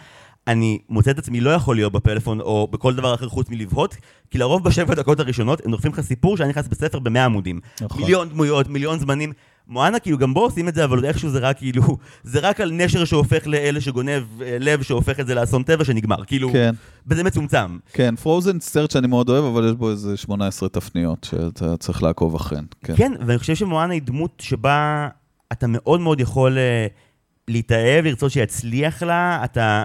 אני מוצא את עצמי לא יכול להיות בפלאפון או בכל דבר אחר חוץ מלבהות, כי לרוב בשבע דקות הראשונות הם דוחפים לך סיפור שאני נכנס בספר במאה עמודים. נכון. מיליון דמויות, מיליון זמנים. מואנה, כאילו, גם בו עושים את זה, אבל עוד איכשהו זה רק כאילו, זה רק על נשר שהופך לאלה שגונב אה, לב, שהופך את זה לאסון טבע שנגמר. כאילו, כן. וזה מצומצם. כן, פרוזן סרט שאני מאוד אוהב, אבל יש בו איזה 18 תפניות שאתה צריך לעקוב אחריהן. כן. כן, ואני חושב שמואנה היא דמות שבה אתה מאוד מאוד יכול אה, להתאהב, לרצות שיצליח לה, אתה...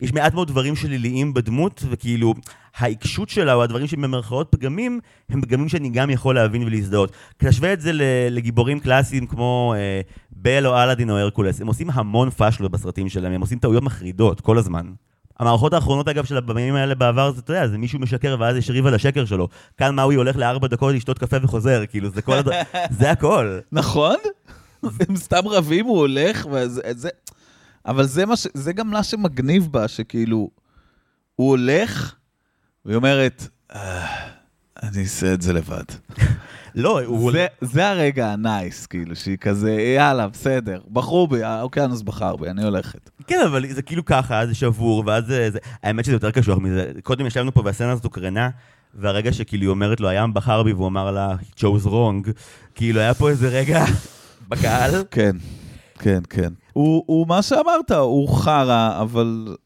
יש מעט מאוד דברים שליליים בדמות, וכאילו, העיקשות שלה, או הדברים שבמרכאות פגמים, הם פגמים שאני גם יכול להבין ולהזדהות. כי תשווה את זה ל- לגיבורים קלאסיים כמו אה, בל או אלאדין או הרקולס. הם עושים המון פאשלות בסרטים שלהם, הם עושים טעויות מחרידות כל הזמן. המערכות האחרונות, אגב, של הבמים האלה בעבר, זה, אתה יודע, זה מישהו משקר ואז יש ריב על השקר שלו. כאן מאוי הולך לארבע דקות לשתות קפה וחוזר, כאילו, זה כל הד... זה הכל. נכון? הם סתם רבים, הוא הולך, ואז... זה... אבל זה, מה ש... זה גם מה שמגניב בה, שכאילו, הוא הולך, והיא אומרת, "אה, אני אעשה את זה לבד. לא, הוא... זה, זה הרגע הנייס, כאילו, שהיא כזה, יאללה, בסדר, בחרו בי, האוקיינוס בחר בי, אני הולכת. כן, אבל זה כאילו ככה, זה שבור, ואז זה... זה- האמת שזה יותר קשוח מזה. קודם ישבנו פה והסצנה הזאת הוקרנה, והרגע שכאילו היא אומרת לו, הים בחר בי, והוא אמר לה, "He chose wrong, כאילו היה פה איזה רגע בקהל. כן, כן, כן. הוא, הוא מה שאמרת, הוא חרא, אבל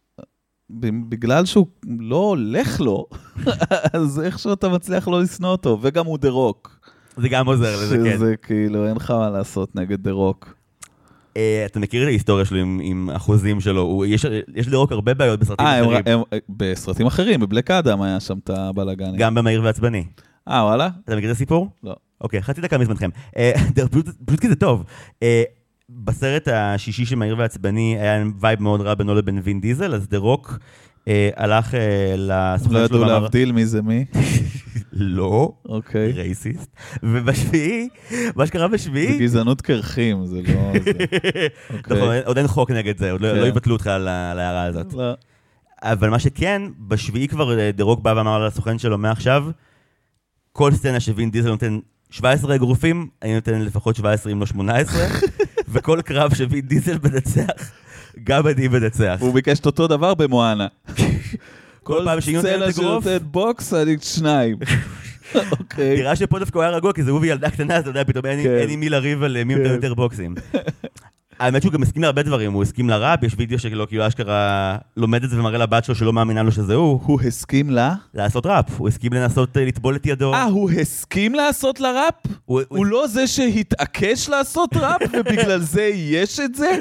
ב- בגלל שהוא לא הולך לו, אז איכשהו אתה מצליח לא לשנוא אותו, וגם הוא דה רוק. זה גם עוזר לזה, כן. שזה כאילו, אין לך מה לעשות נגד דה רוק. אה, אתה מכיר את ההיסטוריה שלו עם- עם החוזים שלו, הוא- יש- יש לרוק הרבה בעיות בסרטים אה, הם, אחרים, הם, בסרטים אחרים, בבלק אדם היה שם את הבלאגנים. גם במהיר ועצבני. אה, וואלה? אתה מכיר את הסיפור? לא. אוקיי, חצי דקה מזמנכם. אה, דרך- פשוט פשוט כי זה טוב. אה, בסרט השישי של מהיר ועצבני היה וייב מאוד רע בינו לבין וין דיזל, אז דה רוק אה, הלך אה, לא לסוכן שלו ידעו ואמר, להבדיל מי זה מי, לא, אוקיי. רייסיסט. ובשביעי, מה שקרה זה בשביעי, גזענות קרחים, זה לא... זה- אוקיי. נכון, עוד אין חוק נגד זה, עוד לא כן. לא יבטלו אותך על ה- על ההערה הזאת. לא. אבל מה שכן, בשביעי כבר אה, דה רוק בא ואמר לסוכן שלו, מעכשיו, כל סצנה שווין דיזל נותן 17 אגרופים, אני נותן לפחות 17 אם לא 18, וכל קרב שווין דיזל מנצח, גם אני מנצח. הוא ביקש את אותו דבר במואנה. כל פעם שהיא נותנת אגרוף, סצנה שנותנת בוקס, אני שניים. אוקיי. נראה שפה דווקא הוא היה רגוע, כי זה הוא וילדה קטנה, אז אתה יודע, פתאום אין כן. אין עם מי לריב על אה, מי נותן כן. יותר בוקסים. האמת שהוא גם הסכים להרבה דברים, הוא הסכים לראפ, יש וידאו שלו, כאילו אשכרה לומד את זה ומראה לבת שלו שלא מאמינה לו שזה הוא, הוא הסכים לה? לעשות ראפ, הוא הסכים לנסות אה, לטבול את ידו. אה, הוא הסכים לעשות לה ראפ? הוא- הוא- הוא לא זה שהתעקש לעשות ראפ, ובגלל זה יש את זה?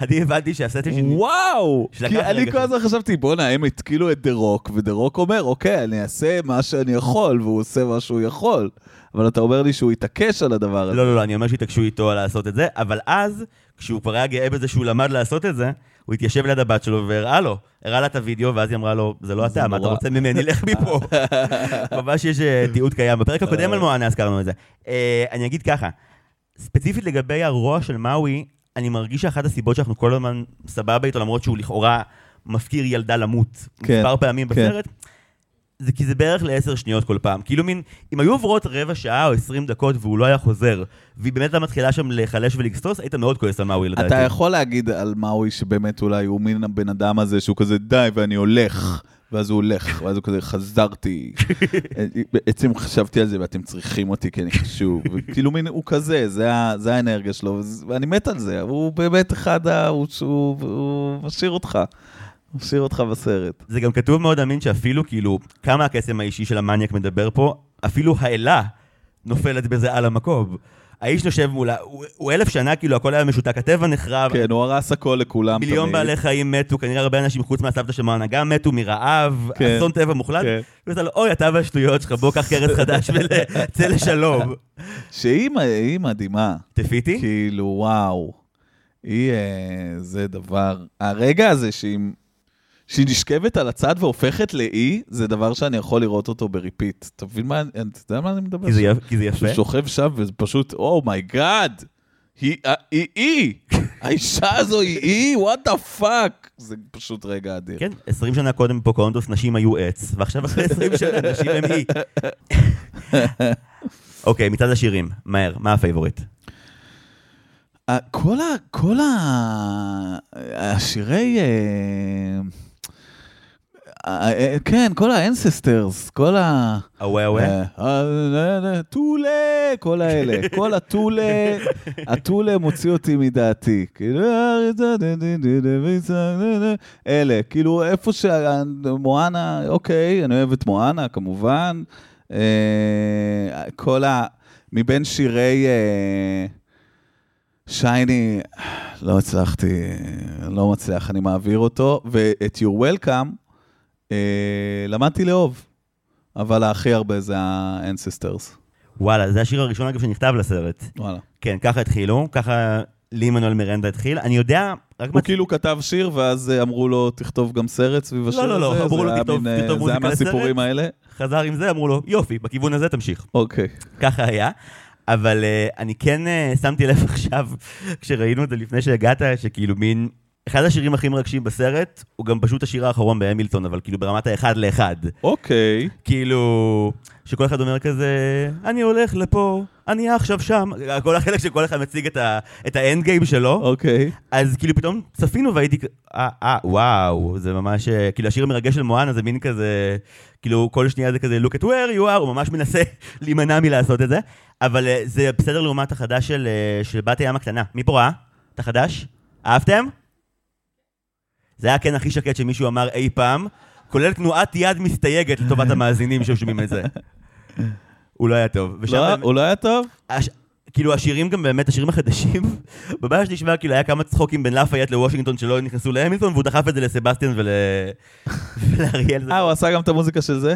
אני הבנתי שהסטים שלי... וואו! שלקח כי רגע אני אחד. כל הזמן חשבתי, בואנה, הם התקילו את דה רוק, ודה רוק אומר, אוקיי, אני אעשה מה שאני יכול, והוא עושה מה שהוא יכול. אבל אתה אומר לי שהוא התעקש על הדבר הזה. לא, לא, לא, אני אומר שהתעקשו איתו על לעשות את זה, אבל אז, כשהוא כבר היה גאה בזה שהוא למד לעשות את זה, הוא התיישב ליד הבת שלו והראה לו, הראה לה את הוידאו, ואז היא אמרה לו, זה לא אתה, מה אתה נורא." רוצה ממני? לך מפה. ממש יש אה, תיעוד קיים. בפרק הקודם על מואנה הזכרנו את זה. אה, אני אגיד ככה, ספציפית לגבי הרוע של מאווי, אני מרגיש שאחת הסיבות שאנחנו כל הזמן סבבה איתו, למרות שהוא לכאורה מפקיר ילדה למות כן, מספר פעמים כן. בסרט, זה כי זה בערך לעשר שניות כל פעם. כאילו מין, אם היו עוברות רבע שעה או עשרים דקות והוא לא היה חוזר, והיא באמת הייתה מתחילה שם להיחלש ולגסוס, היית מאוד כועס על מאווי לדעתי. אתה יכול להגיד על מאוי שבאמת אולי הוא מין הבן אדם הזה שהוא כזה די ואני הולך. ואז הוא הולך, ואז הוא כזה, חזרתי. בעצם חשבתי על זה ואתם צריכים אותי כי אני חשוב. כאילו מין, הוא כזה, זה ה- זה האנרגיה שלו, וזה- ואני מת על זה. הוא באמת אחד ה... הוא- הוא הוא משאיר אותך. משאיר אותך בסרט. זה גם כתוב מאוד אמין שאפילו כאילו, כמה הקסם האישי של המניאק מדבר פה, אפילו האלה נופלת בזה על המקום. האיש יושב מולה, הוא, הוא אלף שנה, כאילו הכל היה משותק, הטבע נחרב, כן, הוא הרס הכל לכולם. מיליון תמיד. בעלי חיים מתו, כנראה הרבה אנשים חוץ מהסבתא של מואנה גם מתו מרעב, כן. אסון טבע מוחלט. כן. ואתה לו, אוי, אתה והשטויות שלך, בוא, קח קרס חדש וצא לשלום. שהיא מ- היא מדהימה. תפיתי? כאילו, וואו. היא, אה, זה דבר... הרגע הזה שהיא, שהיא נשכבת על הצד והופכת לאי, זה דבר שאני יכול לראות אותו בריפיט. אתה מבין מה, אתה יודע מה אני מדבר? כי זה יפ- כי זה יפה. שהוא שוכב שם וזה פשוט, אומייגאד. היא אה, היא אי, האישה הזו היא אי, וואט דה פאק. זה פשוט רגע אדיר. כן, 20 שנה קודם בפוקהונטוס נשים היו עץ, ועכשיו אחרי 20 שנה נשים הם אי. אוקיי, מצעד השירים, מהר, מה הפייבוריט? אה, כל ה... כל ה... השירי... אה, אה, אה, כן, כל האנססטרס, כל ה... אווה אווה? אה, אה, אה, טולה, כל האלה, כל הטולה, הטולה מוציא אותי מדעתי. כאילו, אה, אה, אה, אה, אה, אלה, כאילו, איפה שמואנה, אוקיי, אני אוהב את מואנה, כמובן. אה, כל ה... מבין שירי אה, שייני, לא הצלחתי, אה, לא מצליח, אני מעביר אותו, ואת You're Welcome אה, למדתי לאהוב. אבל הכי הרבה זה האנסיסטרס. וואלה, זה השיר הראשון אגב שנכתב לסרט. וואלה. כן. כן, ככה התחילו, ככה לימנואל מרנדה התחיל. אני יודע, רק הוא כאילו כתב שיר, ואז אה, אמרו לו, תכתוב גם סרט סביב השיר הזה. לא, לא, זה אמרו לו, היה "תכתוב- מין, אה, תכתוב זה מוזיקה היה מהסיפורים האלה? חזר עם זה, אמרו לו, יופי, בכיוון הזה תמשיך. אוקיי. ככה היה. אבל uh, אני כן uh, שמתי לב עכשיו, כשראינו את זה לפני שהגעת, שכאילו מין... אחד השירים הכי מרגשים בסרט, הוא גם פשוט השיר האחרון בהמילטון, אבל כאילו ברמת האחד לאחד. אוקיי. כאילו, שכל אחד אומר כזה, אני הולך לפה, אני עכשיו שם. כל החלק שכל אחד מציג את, ה, את האנד גיים שלו. אוקיי. אז כאילו פתאום צפינו והייתי, כ- אה, אה, וואו, זה ממש, אה, כאילו השיר המרגש של מואנה זה מין כזה, כאילו כל שנייה זה כזה look at where you are, הוא ממש מנסה להימנע מלעשות את זה, אבל אה, זה בסדר לעומת החדש של, אה, של בת הים הקטנה. מי פה ראה? את החדש? אהבתם? זה היה כן הכי שקט שמישהו אמר אי פעם, כולל תנועת יד מסתייגת לטובת המאזינים ששומעים את זה. הוא לא היה טוב. ושם לא- באמת- הוא לא היה טוב? הש... כאילו השירים גם באמת, השירים החדשים, בבעיה שנשמע כאילו היה כמה צחוקים בין לאפייט לוושינגטון שלא נכנסו להמילטון, והוא דחף את זה לסבסטיאן ול... ולאריאל. אה, הוא עשה גם את המוזיקה של זה?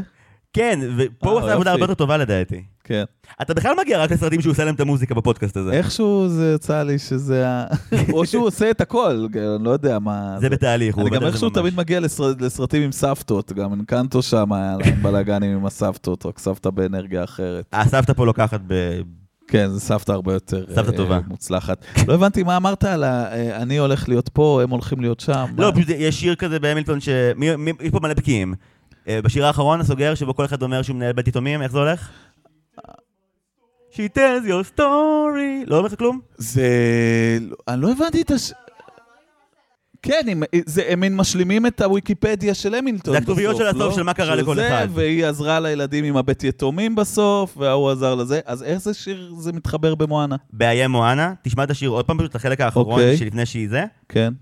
כן, ופה אה, הוא עשה עבודה יופי. הרבה יותר טובה לדעתי. כן. אתה בכלל מגיע רק לסרטים שהוא עושה להם את המוזיקה בפודקאסט הזה. איכשהו זה יצא לי שזה ה... או שהוא עושה את הכל, אני לא יודע מה... זה בתהליך, הוא אני עובד גם על זה איכשהו ממש. תמיד מגיע לסר- לסרטים עם סבתות, גם אינקנטו שם היה להם בלאגנים עם הסבתות, רק סבתא באנרגיה אחרת. הסבתא פה לוקחת ב... כן, זו סבתא הרבה יותר סבתא אה, טובה. מוצלחת. לא הבנתי מה אמרת על ה... אה, אני הולך להיות פה, הם הולכים להיות שם. לא, מה? פשוט יש שיר כזה בהמילטון ש... מי- מי- יש פה מלא בקיאים. אה, בשיר האחרון, הסוגר, שבו כל אחד אומר שהוא מנהל בית יתומים, איך זה הולך? She tells your story. לא אומר לך כלום? זה... אני לא הבנתי את הש... כן, הם, זה, הם מין משלימים את הוויקיפדיה של המילטון זה הכתוביות בסוף, של הסוף לא? של מה קרה של לכל זה, אחד. והיא עזרה לילדים עם הבית יתומים בסוף, וההוא עזר לזה. אז איך זה שיר זה מתחבר במואנה? באיה מואנה, תשמע את השיר עוד פעם, פשוט את החלק האחרון אוקיי. שלפני שהיא זה. כן.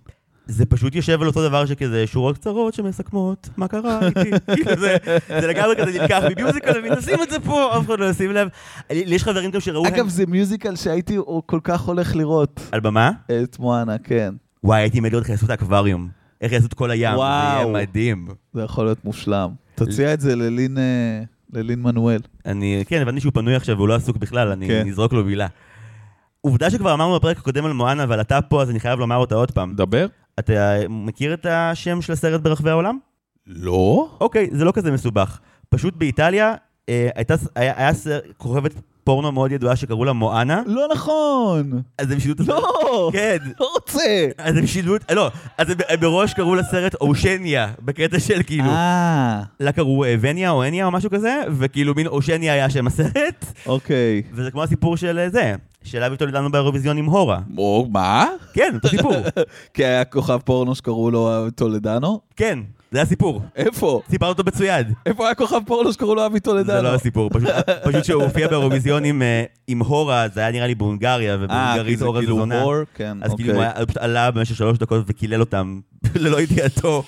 זה פשוט יושב על אותו דבר שכזה שורות קצרות שמסכמות, מה קרה איתי? כאילו זה, זה לגמרי כזה נלקח ממיוזיקל, ומנסים את זה פה, אף אחד לא ישים לב. לי לי יש חברים גם שראו אגב, הם- זה מיוזיקל שהייתי כל כך הולך לראות על במה? את מואנה, כן. וואי, הייתי מת לראות איך יעשו את האקווריום. איך יעשו את כל הים, זה יהיה וואו. מדהים. זה יכול להיות מושלם. תציע את זה ללין, אה, ללין מנואל. אני, כן, הבנתי שהוא פנוי עכשיו והוא לא עסוק בכלל, אני כן. נזרוק לו מילה. עובדה שכבר אמרנו בפרק הקודם על מואנה, אבל אתה פה, אז אני חייב לומר אותה עוד פעם. מדבר? אתה מכיר את השם של הסרט ברחבי העולם? לא. אוקיי, זה לא כזה מסובך. פשוט באיטליה אה, הייתה, ס- היה, היה סר, כוכבת פורנו מאוד ידועה שקראו לה מואנה, לא נכון. אז הם שינו את הסרט. לא. כן. לא רוצה. אז הם שינו את... לא, אז הם, הם מראש קראו לסרט אושניה, בקטע של כאילו... אה, לה קראו אה, וניה או הניה או משהו כזה, וכאילו מין אושניה היה שם הסרט, אוקיי. וזה... וזה כמו הסיפור של אה, זה, של אבי תולדנו באירוויזיון עם הורה. או, מה? כן, אותו סיפור, כי היה כוכב פורנו שקראו לו אבי טולדנו? כן, זה הסיפור. איפה? סיפרת אותו מצויד. איפה היה כוכב פורנו שקראו לו אבי טולדנו? זה לא הסיפור, פשוט- פשוט שהוא הופיע באירוויזיון עם, אה, עם הורה, זה היה נראה לי בהונגריה, אה, כי ובהונגרית זה הורה זה כאילו זונה. וור, כן, אז כאילו אוקיי. הוא היה- הוא פשוט עלה במשך שלוש דקות וקילל אותם ללא ידיעתו.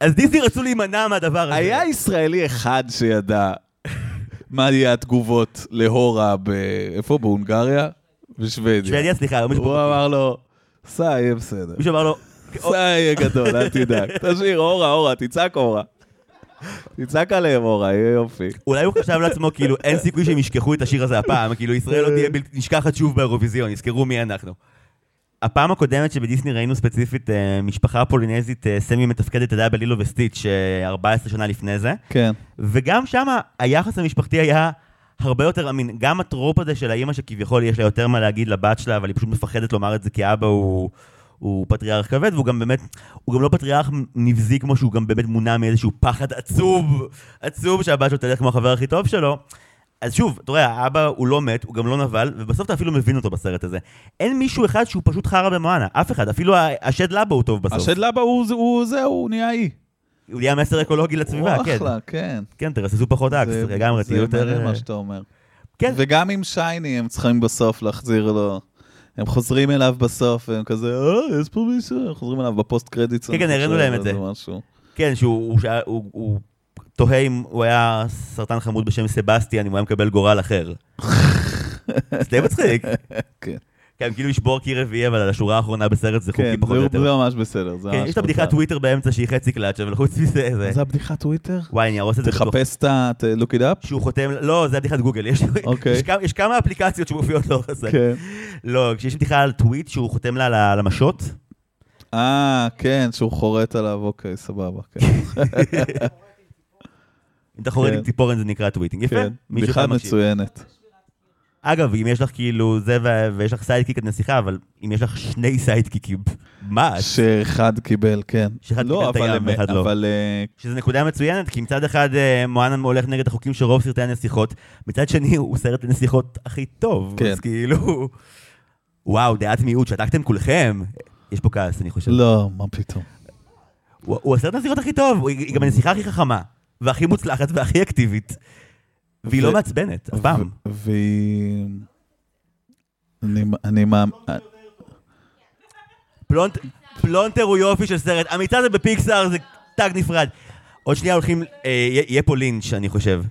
אז דיסני רצו להימנע מהדבר הזה. היה ישראלי אחד שידע מה יהיה התגובות להורה ב... איפה? בהונגריה? בשוודיה. שוודיה, סליחה, לא הוא משפחות. אמר לו, סע, יהיה בסדר. מישהו אמר לו, סע, יהיה גדול, אל תדאג. תשאיר, אורה, אורה, תצעק אורה. תצעק עליהם אורה, יהיה יופי. אולי הוא חשב לעצמו, כאילו, אין סיכוי שהם ישכחו את השיר הזה הפעם, כאילו, ישראל לא תהיה בלתי נשכחת שוב באירוויזיון, יזכרו מי אנחנו. הפעם הקודמת שבדיסני ראינו ספציפית אה, משפחה פולינזית, אה, סמי מתפקדת, אתה יודע, בלילו וסטיץ', אה, 14 שנה לפני זה, כן. וגם שם היחס המשפחתי היה הרבה יותר אמין. גם הטרופ הזה של האימא שכביכול יש לה יותר מה להגיד לבת שלה, אבל היא פשוט מפחדת לומר את זה כי אבא הוא... הוא פטריארך כבד, והוא גם באמת, הוא גם לא פטריארך נבזי כמו שהוא גם באמת מונע מאיזשהו פחד עצוב, עצוב שהבת שלו תלך כמו החבר הכי טוב שלו. אז שוב, אתה רואה, האבא הוא לא מת, הוא גם לא נבל, ובסוף אתה אפילו מבין אותו בסרט הזה. אין מישהו אחד שהוא פשוט חרא במואנה, אף אחד, אפילו ה- השד לבו הוא טוב בסוף. השד לבה הוא- הוא זה, הוא נהיה אי. הוא נהיה מסר אקולוגי לסביבה, הוא כן. אחלה, כן. כן, תרססו פחות אקס, זה- לגמרי, תהיו יותר... זה מלא אה, מה שאתה אומר. כן. וגם עם שייני הם צריכים בסוף להחזיר לו. הם חוזרים אליו בסוף, והם כזה, אה, יש פה מישהו, הם חוזרים אליו בפוסט קרדיטס. כן, כן, אני הראינו חושב, להם את או זה. איזה משהו. כן, שהוא הוא שאל- הוא- הוא תוהה אם הוא היה סרטן חמוד בשם סבסטיאן, אם הוא היה מקבל גורל אחר. זה די מצחיק. כן. כן, כאילו לשבור קיר רביעי, אבל על השורה האחרונה בסרט זה חוקי כן, פחות או זה- זה יותר. ממש בסדר. זה כן, ממש יש את הבדיחת מותר. טוויטר באמצע שהיא חצי קלאץ', אבל חוץ מזה זה... זה הבדיחת טוויטר? וואי, אני ארוס את זה בטוח. תחפש את ה... ת- look it up? שהוא חותם, לא, זה הבדיחת גוגל, יש- אוקיי. כן. יש כמה- יש כמה אפליקציות שמופיעות לאורך הזה. לא, כשיש בדיחה על טוויט שהוא חותם לה על ה- על המשות, אה, כן, שהוא חורט עליו, אוקיי, סבבה. כן. אם אתה חורד כן. עם ציפורן זה נקרא טוויטינג, יפה. כן, מישהו בדיחה אחד מקשיב. מצוינת. אגב, אם יש לך כאילו זה ו- ויש לך סיידקיק את נסיכה, אבל אם יש לך שני סיידקיקים, מה? ש... שאחד קיבל, כן. שאחד קיבל את אבל הים הם- ואחד לא. אבל אה, שזו נקודה מצוינת, כי מצד אחד אה, מואנה הולך נגד החוקים של רוב סרטי הנסיכות, מצד שני הוא סרט הנסיכות הכי טוב. כן. אז כאילו... וואו, דעת מיעוט, שתקתם כולכם. יש פה כעס, אני חושב. לא, מה פתאום. הוא, הוא הסרט הנסיכות הכי טוב, הוא- היא גם הנסיכה הכי חכמה, והכי מוצלחת והכי אקטיבית. והיא ו- לא מעצבנת, אף פעם. ו- והיא... אני- אני מאמין... פלונט, פלונטר הוא יופי של סרט. אמיצה זה בפיקסאר, זה תג נפרד. עוד שנייה הולכים, אה, יהיה- יהיה פה לינץ', אני חושב.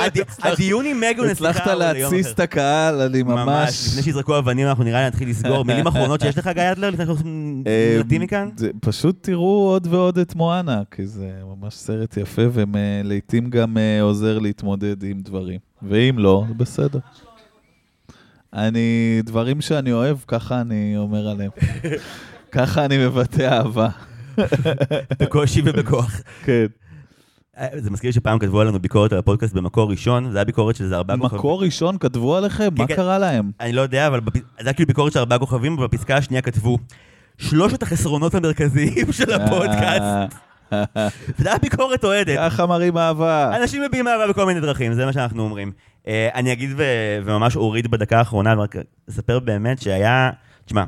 הד- הדיון עם מגון אצלך הצלחת הוא ליום להתסיס אחר. את הקהל, אני ממש... לפני שיזרקו אבנים, אנחנו נראה לי נתחיל לסגור. מילים אחרונות שיש לך, גיא אדלר, לפני שאנחנו אה, נרדים מכאן? זה- פשוט תראו עוד ועוד את מואנה, כי זה ממש סרט יפה, ולעיתים גם אה, עוזר להתמודד עם דברים. ואם לא, זה בסדר. אני, דברים שאני אוהב, ככה אני אומר עליהם. ככה אני מבטא אהבה. בקושי ובכוח. כן. אה, זה מזכיר לי שפעם כתבו עלינו ביקורת על הפודקאסט במקור ראשון, זה היה ביקורת של איזה ארבעה כוכבים. מקור ראשון כתבו עליכם? מה כן. קרה להם? אני לא יודע, אבל בפ... זה היה כאילו ביקורת של ארבעה כוכבים, ובפסקה השנייה כתבו, שלושת החסרונות המרכזיים של הפודקאסט. אה, זה היה ביקורת אוהדת. ככה מראים אהבה. אנשים מביעים אהבה בכל מיני דרכים, זה מה שאנחנו אומרים. אה, אני אגיד ו- וממש אוריד בדקה האחרונה, ורק אספר באמת שהיה, תשמע,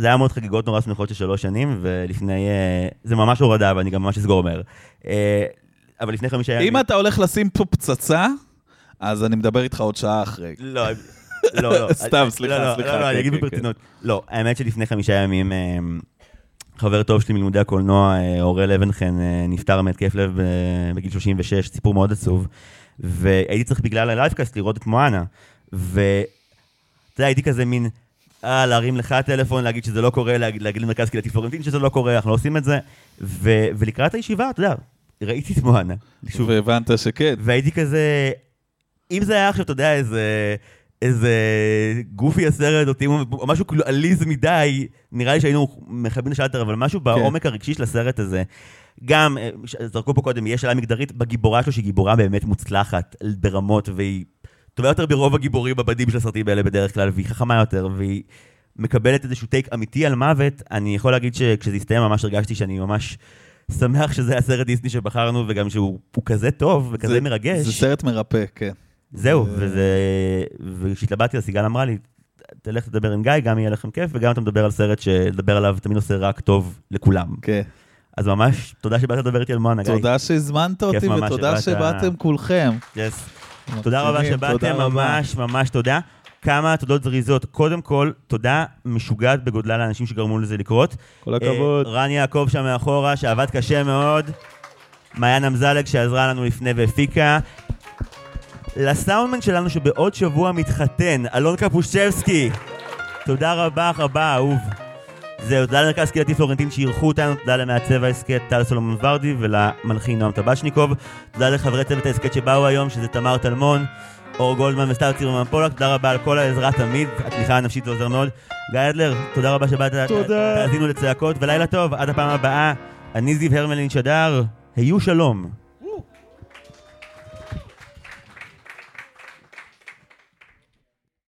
זה היה מאוד חגיגות נורא שמחות של שלוש שנים, ולפני, אה, זה ממש הורדה, ואני גם ממש אסגור מהר. אה, אבל לפני חמישה ימים... אם אתה הולך לשים פה פצצה, אז אני מדבר איתך עוד שעה אחרי. לא, לא, לא. סתם, אני- סליחה, לא, לא, סליחה, לא, לא, כן, אני אגיד כן, ברצינות. לא, האמת שלפני חמישה ימים, אה, חבר טוב שלי מלימודי הקולנוע, אה, אוראל אבנכן, אה, נפטר מהתקף לב אה, בגיל 36, סיפור מאוד עצוב. והייתי צריך בגלל הלייבקאסט לראות את מואנה. ואתה יודע, הייתי כזה מין, אה, להרים לך טלפון, להגיד שזה לא קורה, להגיד להגיד למרכז קהילתי פלורנטין שזה לא קורה, אנחנו לא עושים את זה. ו- ולקראת הישיבה, אתה יודע, ראיתי את מואנה. שוב, והבנת שכן. והייתי כזה, אם זה היה עכשיו, אתה יודע, איזה, איזה גופי הסרט, או טימו, או משהו כאילו עליז מדי, נראה לי שהיינו מכבים לשלטר, אבל משהו בעומק הרגשי של הסרט הזה, גם, אה, ש- זרקו פה קודם, יש שאלה מגדרית, בגיבורה שלו, שהיא גיבורה באמת מוצלחת, אל- ברמות, והיא טובה יותר ברוב הגיבורים הבדים של הסרטים האלה בדרך כלל, והיא חכמה יותר, והיא מקבלת איזשהו טייק אמיתי על מוות. אני יכול להגיד שכשזה הסתיים ממש הרגשתי שאני ממש... שמח שזה היה סרט דיסני שבחרנו, וגם שהוא הוא כזה טוב וכזה זה- מרגש. זה סרט מרפא, כן. זהו, אה. וזה... וכשהתלבטתי, אז סיגל אמרה לי, תלך לדבר עם גיא, גם יהיה לכם כיף, וגם אתה מדבר על סרט שלדבר עליו תמיד עושה רק טוב לכולם. כן. אז ממש, תודה שבאת לדבר איתי על מואנה, גיא. תודה שהזמנת אותי ממש ותודה שבאת. שבאתם כולכם. Yes. תודה רבה מקסימים, שבאתם, תודה רבה. ממש ממש תודה. כמה תודות זריזות. קודם כל, תודה משוגעת בגודלה לאנשים שגרמו לזה לקרות. כל הכבוד. אה, רן יעקב שם מאחורה, שעבד קשה מאוד. מעיין אמזלג שעזרה לנו לפני והפיקה. לסאונדמן שלנו שבעוד שבוע מתחתן, אלון קפושצ'בסקי. תודה רבה רבה, אהוב. זהו, תודה למרכז קהילתי פלורנטין שאירחו אותנו, תודה למעצב ההסכת טל סולומון ורדי ולמלחין נועם טבשניקוב. תודה לחברי צוות ההסכת שבאו היום, שזה תמר טלמון, אור גולדמן וסטאר צירמן פולק, תודה רבה על כל העזרה תמיד, התמיכה הנפשית זה עוזר מאוד. גיא אדלר, תודה רבה שבאת, תודה. תאזינו לצעקות, ולילה טוב, עד הפעם הבאה. אני זיו הרמלין שדר, היו שלום.